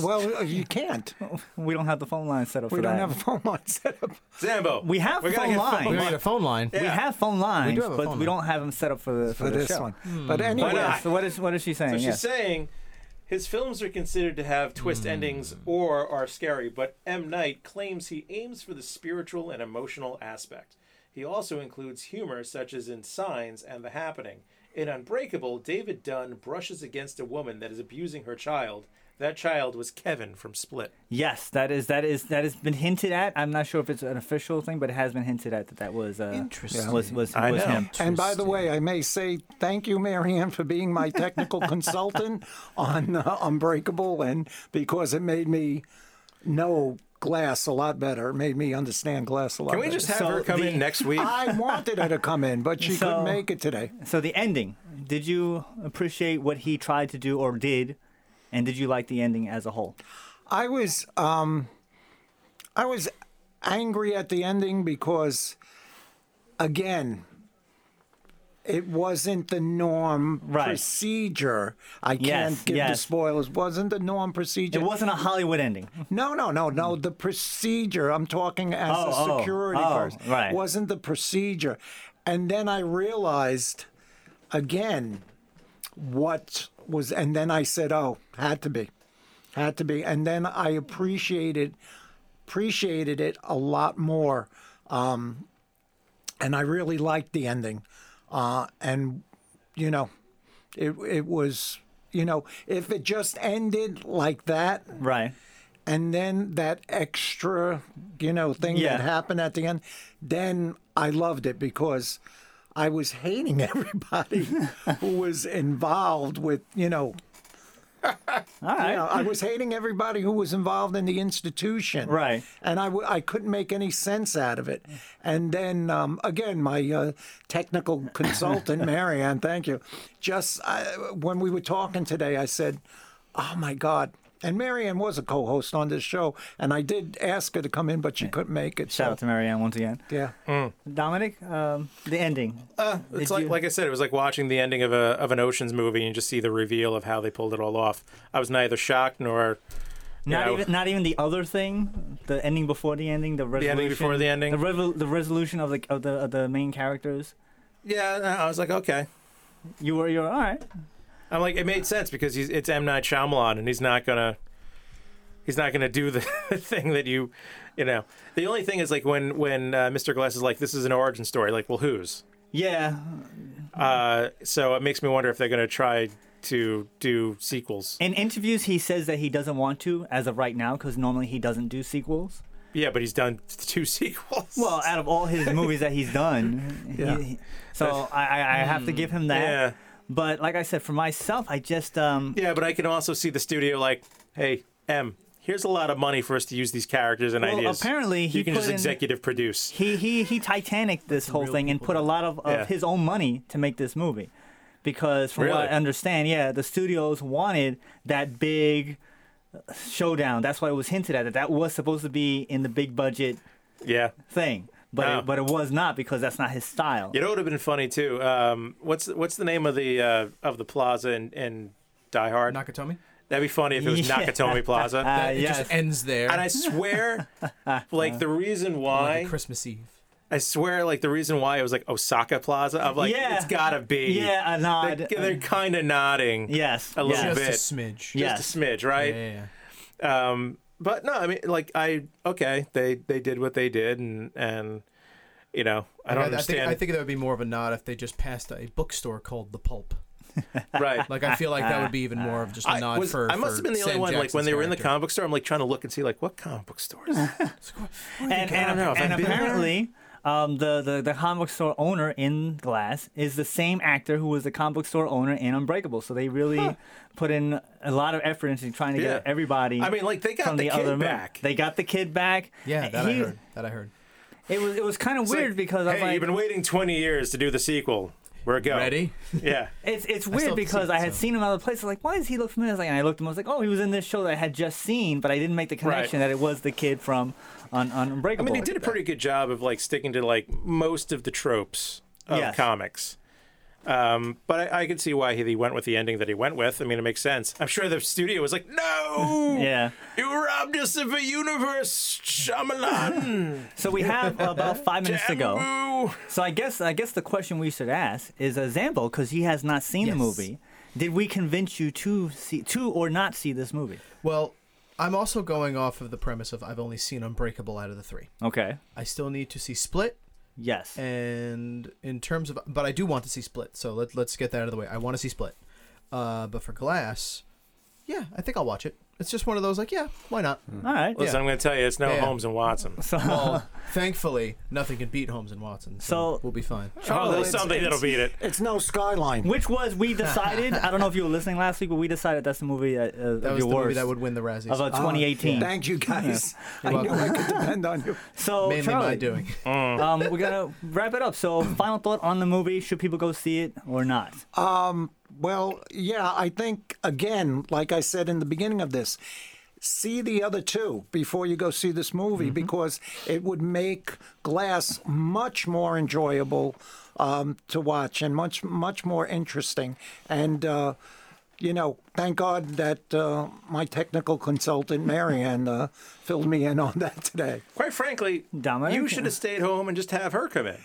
Speaker 2: well, you can't.
Speaker 1: oh, We don't have the phone line set up
Speaker 2: We
Speaker 1: for
Speaker 2: don't
Speaker 1: that.
Speaker 2: have a phone line set up.
Speaker 3: Zambo.
Speaker 1: We have
Speaker 3: We're gonna
Speaker 1: phone
Speaker 3: get
Speaker 1: lines.
Speaker 3: phone We gotta get a
Speaker 4: phone line.
Speaker 1: We
Speaker 3: Yeah.
Speaker 1: have phone
Speaker 3: We do
Speaker 1: lines,
Speaker 3: have a
Speaker 1: but
Speaker 3: phone
Speaker 1: we
Speaker 3: line.
Speaker 1: don't have them set up for the for,
Speaker 2: For
Speaker 1: the
Speaker 2: this
Speaker 1: show.
Speaker 2: one. But Hmm. anyway-
Speaker 1: What is- so what is what is she saying?
Speaker 3: So she's
Speaker 1: Yeah.
Speaker 3: saying his films are considered to have twist endings or are scary, but M. Night claims he aims for the spiritual and emotional aspect. He also includes humor, such as in Signs and The Happening. In Unbreakable, David Dunn brushes against a woman that is abusing her child. That child was Kevin from Split.
Speaker 1: Yes, that is that is that has been hinted at. I'm not sure if it's an official thing, but it has been hinted at that that was uh,
Speaker 2: Interesting.
Speaker 1: Was was,
Speaker 3: I
Speaker 1: was
Speaker 3: know.
Speaker 1: him.
Speaker 2: And by the way, I may say thank you, Marianne, for being my technical consultant on uh, Unbreakable, and because it made me know glass a lot better. It made me understand glass a lot.
Speaker 3: Can we
Speaker 2: better.
Speaker 3: just have her come in next week?
Speaker 2: I wanted her to come in, but she couldn't make it today.
Speaker 1: So the ending. Did you appreciate what he tried to do or did, and did you like the ending as a whole?
Speaker 2: I was um, I was angry at the ending because, again, it wasn't the norm procedure. I can't
Speaker 1: Yes,
Speaker 2: give the
Speaker 1: yes.
Speaker 2: spoilers. Wasn't the norm procedure?
Speaker 1: It wasn't a Hollywood ending.
Speaker 2: No, no, no, no. The procedure. I'm talking as
Speaker 1: Hmm. Oh,
Speaker 2: a
Speaker 1: oh,
Speaker 2: security
Speaker 1: oh,
Speaker 2: person.
Speaker 1: right.
Speaker 2: Wasn't the procedure, and then I realized, again, what was, and then I said, "Oh, had to be, had to be," and then I appreciated, appreciated it a lot more, um, and I really liked the ending, uh, and you know, it it was you know if it just ended like that,
Speaker 1: right,
Speaker 2: and then that extra you know thing
Speaker 1: Yeah.
Speaker 2: that happened at the end, then I loved it because. I was hating everybody who was involved with, you know, you know, I was hating everybody who was involved in the institution. Right. And I, w- I couldn't make any sense out of it. And then, um, again, my uh, technical consultant, Marianne, thank you. Just I, when we were talking today, I said, oh my God. And Marianne was a co host on this show. And I did ask her to come in, but she couldn't make it.
Speaker 1: Shout out to Marianne once again.
Speaker 2: Yeah.
Speaker 1: Dominic, um, the ending.
Speaker 3: Uh,
Speaker 1: Did
Speaker 3: It's like,
Speaker 1: you-
Speaker 3: like I said, it was like watching the ending of a of an Ocean's movie and just see the reveal of how they pulled it all off. I was neither shocked nor you
Speaker 1: Not
Speaker 3: know,
Speaker 1: even not even the other thing, the ending before the ending, the
Speaker 3: The
Speaker 1: resolution
Speaker 3: ending before the ending?
Speaker 1: the, revo- the resolution of the of the of the main characters.
Speaker 3: Yeah, no, I was like, okay.
Speaker 1: You were, you were all right.
Speaker 3: I'm like, it made sense because he's it's M Night Shyamalan, and he's not gonna, he's not gonna do the thing that you, you know. The only thing is like when when uh, Mr. Glass is like, this is an origin story. Like, well, whose?
Speaker 1: Yeah,
Speaker 3: Uh, so it makes me wonder if they're gonna try to do sequels.
Speaker 1: in interviews he says that he doesn't want to as of right now because normally he doesn't do sequels.
Speaker 3: Yeah, but he's done two sequels.
Speaker 1: Well, out of all his movies that he's done,
Speaker 3: Yeah.
Speaker 1: he- he- so I, I I have to give him that.
Speaker 3: Yeah.
Speaker 1: But like I said, for myself, I just um
Speaker 3: Yeah, but I can also see the studio like, hey, M, here's a lot of money for us to use these characters and
Speaker 1: Well,
Speaker 3: ideas.
Speaker 1: apparently he
Speaker 3: you can
Speaker 1: put
Speaker 3: just
Speaker 1: in-
Speaker 3: executive produce.
Speaker 1: he he he Titanic this whole thing and put a lot of, of
Speaker 3: Yeah.
Speaker 1: his own money to make this movie, because from
Speaker 3: Really?
Speaker 1: what I understand, yeah, the studios wanted that big uh, showdown. That's why it was hinted at that that was supposed to be in the big budget
Speaker 3: Yeah.
Speaker 1: thing, but
Speaker 3: Oh.
Speaker 1: it, but it was not because that's not his style.
Speaker 3: You know, it would have been funny too. Um, what's what's the name of the uh, of the plaza in, in Die Hard?
Speaker 4: Nakatomi.
Speaker 3: That'd be funny if it was
Speaker 4: Yeah.
Speaker 3: Nakatomi Plaza.
Speaker 4: That- it just ends there.
Speaker 3: Uh, And I swear, like the reason why
Speaker 4: like a Christmas Eve.
Speaker 3: I swear, like the reason why it was like Osaka Plaza, I'm like,
Speaker 4: Yeah.
Speaker 3: it's gotta be.
Speaker 4: Yeah, uh, a nod.
Speaker 3: They're, kind of nodding.
Speaker 1: Yes,
Speaker 3: a little
Speaker 4: yes.
Speaker 3: bit,
Speaker 4: Just a smidge.
Speaker 3: just
Speaker 4: Yes.
Speaker 3: a smidge, right?
Speaker 4: Yeah, yeah,
Speaker 3: Um, but no, I mean, like I okay, they they did what they did, and and you know, I don't
Speaker 4: Like,
Speaker 3: understand.
Speaker 4: I think, I think that would be more of a nod if they just passed a bookstore called The Pulp.
Speaker 3: right.
Speaker 4: Like I feel like that would be even more of just a
Speaker 3: I
Speaker 4: nod
Speaker 3: was-
Speaker 4: for.
Speaker 3: I must
Speaker 4: for
Speaker 3: have been the
Speaker 4: Sam
Speaker 3: only one. like when
Speaker 4: Jackson's
Speaker 3: they were in the
Speaker 4: character.
Speaker 3: comic book store, I'm like trying to look and see like what comic book stores.
Speaker 1: and and,
Speaker 3: I don't know if
Speaker 1: and
Speaker 3: I've been there.
Speaker 1: apparently. Um, the, the, the comic book store owner in Glass is the same actor who was the comic book store owner in Unbreakable. So they really put in a lot of effort into trying to
Speaker 3: Yeah.
Speaker 1: get everybody.
Speaker 3: I mean, like, they got
Speaker 1: from
Speaker 3: the kid
Speaker 1: other movie.
Speaker 3: back.
Speaker 1: They got the kid back.
Speaker 4: Yeah, that I
Speaker 1: He-
Speaker 4: heard. That I heard.
Speaker 1: It was it was kind of
Speaker 3: It's like,
Speaker 1: weird because
Speaker 3: hey,
Speaker 1: I'm like,
Speaker 3: you've been waiting 20 years to do the sequel. We're go
Speaker 4: Ready?
Speaker 3: Yeah.
Speaker 1: It's it's
Speaker 3: I still
Speaker 1: weird
Speaker 3: haven't
Speaker 1: because
Speaker 3: seen it,
Speaker 1: I had
Speaker 3: so.
Speaker 1: seen him out of place. I was like, why does he look familiar? I was like- and I looked him. I was like, oh, he was in this show that I had just seen, but I didn't make the connection that it was the kid from on, on
Speaker 3: I
Speaker 1: Unbreakable.
Speaker 3: mean, they did a pretty good job of like sticking to like most of the tropes of
Speaker 1: Yes.
Speaker 3: comics. Um, but I, I could see why he went with the ending that he went with. I mean, it makes sense. I'm sure the studio was like, no!
Speaker 1: Yeah.
Speaker 3: You robbed us of a universe, Shyamalan!
Speaker 1: So we have about five minutes to go. So I guess I guess the question we should ask is uh, Zambo because he has not seen the
Speaker 4: Yes.
Speaker 1: movie. Did we convince you to see to or not see this movie?
Speaker 4: Well, I'm also going off of the premise of I've only seen Unbreakable out of the three.
Speaker 1: Okay.
Speaker 4: I still need to see Split.
Speaker 1: Yes.
Speaker 4: And in terms of, but I do want to see Split. So let let's get that out of the way. I want to see Split. Uh, but for Glass, yeah, I think I'll watch it. It's just one of those like, yeah, why not?
Speaker 1: All right.
Speaker 3: Listen, I'm going to tell you, it's no
Speaker 4: Yeah.
Speaker 3: Holmes and Watson. Oh,
Speaker 4: well, thankfully, nothing can beat Holmes and Watson, so, we'll be fine.
Speaker 3: Oh, there's something that'll beat it.
Speaker 2: It's no skyline.
Speaker 1: Which was we decided. I don't know if you were listening last week, but we decided that's the movie that, uh, of
Speaker 4: That was
Speaker 1: your
Speaker 4: the movie
Speaker 1: worst.
Speaker 4: that would Ah, win the Razzies.
Speaker 1: Of, uh, 2018.
Speaker 2: Thank you guys.
Speaker 1: Yeah.
Speaker 2: I knew I could depend on you.
Speaker 1: So
Speaker 4: Mainly
Speaker 1: Charlie,
Speaker 4: my doing.
Speaker 1: um, we're gonna wrap it up. So final thought on the movie: Should people go see it or not?
Speaker 2: Um, well, yeah, I think, again, like I said in the beginning of this, see the other two before you go see this movie
Speaker 3: Mm-hmm.
Speaker 2: because it would make Glass much more enjoyable um, to watch and much, much more interesting. And, uh, you know, thank God that uh, my technical consultant, Marianne, uh, filled me in on that today.
Speaker 3: Quite frankly,
Speaker 1: Dominic?
Speaker 3: you should have stayed home and just have her come in.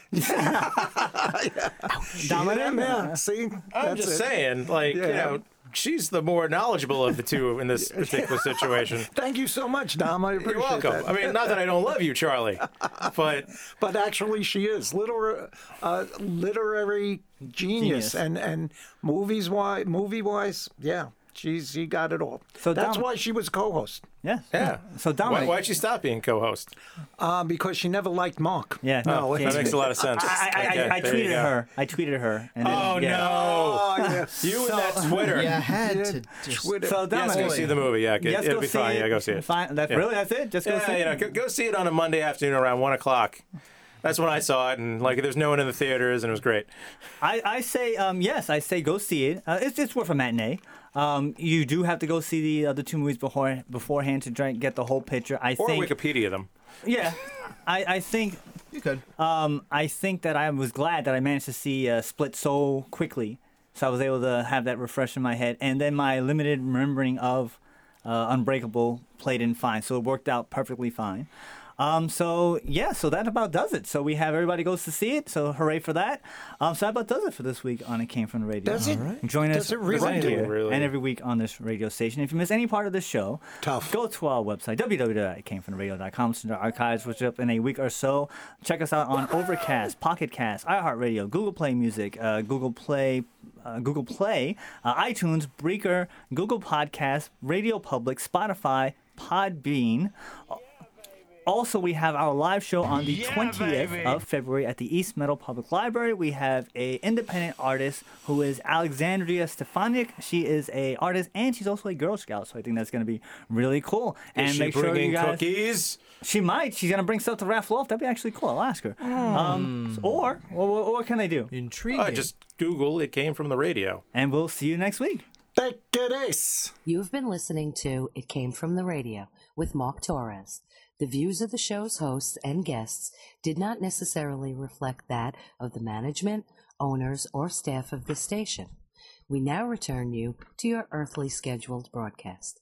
Speaker 2: Dominic? Yeah, see?
Speaker 3: I'm
Speaker 2: That's
Speaker 3: just
Speaker 2: it.
Speaker 3: saying, like, you
Speaker 2: Yeah.
Speaker 3: know, she's the more knowledgeable of the two in this particular situation.
Speaker 2: Thank you so much, Dom. I appreciate
Speaker 3: You're welcome.
Speaker 2: that.
Speaker 3: I mean, not that I don't love you, Charlie, but
Speaker 2: but actually she is literary, uh, literary genius,
Speaker 1: Genius.
Speaker 2: and and movies wise movie wise yeah she's she got it all
Speaker 1: So
Speaker 2: that's
Speaker 1: Dom-
Speaker 2: why she was co-host
Speaker 1: Yes.
Speaker 3: yeah.
Speaker 1: So
Speaker 3: Why,
Speaker 1: Dominic,
Speaker 3: why'd you stop being co-host?
Speaker 2: uh, because she never liked Mark
Speaker 1: Yeah,
Speaker 2: no,
Speaker 1: no,
Speaker 2: it's-
Speaker 3: That makes a lot of sense.
Speaker 1: I, I,
Speaker 3: Okay,
Speaker 1: I, I
Speaker 3: there you
Speaker 1: tweeted
Speaker 3: go.
Speaker 1: her. I tweeted her. And
Speaker 3: Oh,
Speaker 1: then, yeah.
Speaker 3: no.
Speaker 2: oh yeah
Speaker 3: You and that Twitter.
Speaker 4: Yeah, I had to just.
Speaker 2: Twitter.
Speaker 1: So
Speaker 3: Yes,
Speaker 1: Dominic,
Speaker 3: go see the movie. Yeah,
Speaker 1: Yes,
Speaker 3: it'll
Speaker 1: go
Speaker 3: be
Speaker 1: see
Speaker 3: fine.
Speaker 1: It.
Speaker 3: Yeah, go see it.
Speaker 1: Fine. That's
Speaker 3: Yeah.
Speaker 1: really that's it. Just go see
Speaker 3: Yeah, you
Speaker 1: it.
Speaker 3: know, go, go see it on a Monday afternoon around one o'clock. That's when I saw it, and like, there's no one in the theaters, and it was great.
Speaker 1: I, I say um, yes. I say go see it. Uh, it's it's worth a matinee. Um, you do have to go see the other two movies before beforehand to drink, get the whole picture. I
Speaker 3: Or
Speaker 1: think.
Speaker 3: Wikipedia them.
Speaker 1: Yeah, I, I think
Speaker 4: You could.
Speaker 1: um, I think that I was glad that I managed to see uh, Split so quickly, so I was able to have that refresh in my head, and then my limited remembering of uh, Unbreakable played in fine, so it worked out perfectly fine. Um, so yeah, so that about does it. So we have everybody goes to see it. So hooray for that. Um, so that about does it for this week on It Came From the Radio.
Speaker 2: Does it- All right.
Speaker 1: Join
Speaker 2: does
Speaker 1: us
Speaker 2: it really
Speaker 1: right
Speaker 2: do
Speaker 1: here
Speaker 3: it? Really?
Speaker 1: and every week on this radio station. If you miss any part of the show,
Speaker 2: Tough.
Speaker 1: go to our website, www.itcamefromtheradio.com. Listen to our archives, which are up in a week or so. Check us out on Overcast, Pocket Cast, iHeartRadio, Google Play Music, uh, Google Play, uh, Google Play, uh, iTunes, Breaker, Google Podcasts, Radio Public, Spotify, Podbean. Also, we have our live show on the 20th of February at the East Meadow Public Library. We have a independent artist who is Alexandria Stefanik. She is a artist and she's also a Girl Scout, so I think that's going to be really cool. And
Speaker 3: Is she
Speaker 1: make sure
Speaker 3: bringing
Speaker 1: you guys.
Speaker 3: cookies?
Speaker 1: She might. She's going to bring stuff to raffle off. That'd be actually cool. I'll ask her.
Speaker 3: Hmm.
Speaker 1: Um, or, or, or what can they do?
Speaker 4: Intriguing.
Speaker 3: Oh, just Google. It came from the radio.
Speaker 1: And we'll see you next week.
Speaker 2: take it ace
Speaker 13: You've been listening to It Came From the Radio with Mark Torres. The views of the show's hosts and guests did not necessarily reflect that of the management, owners, or staff of this station. We now return you to your earthly scheduled broadcast.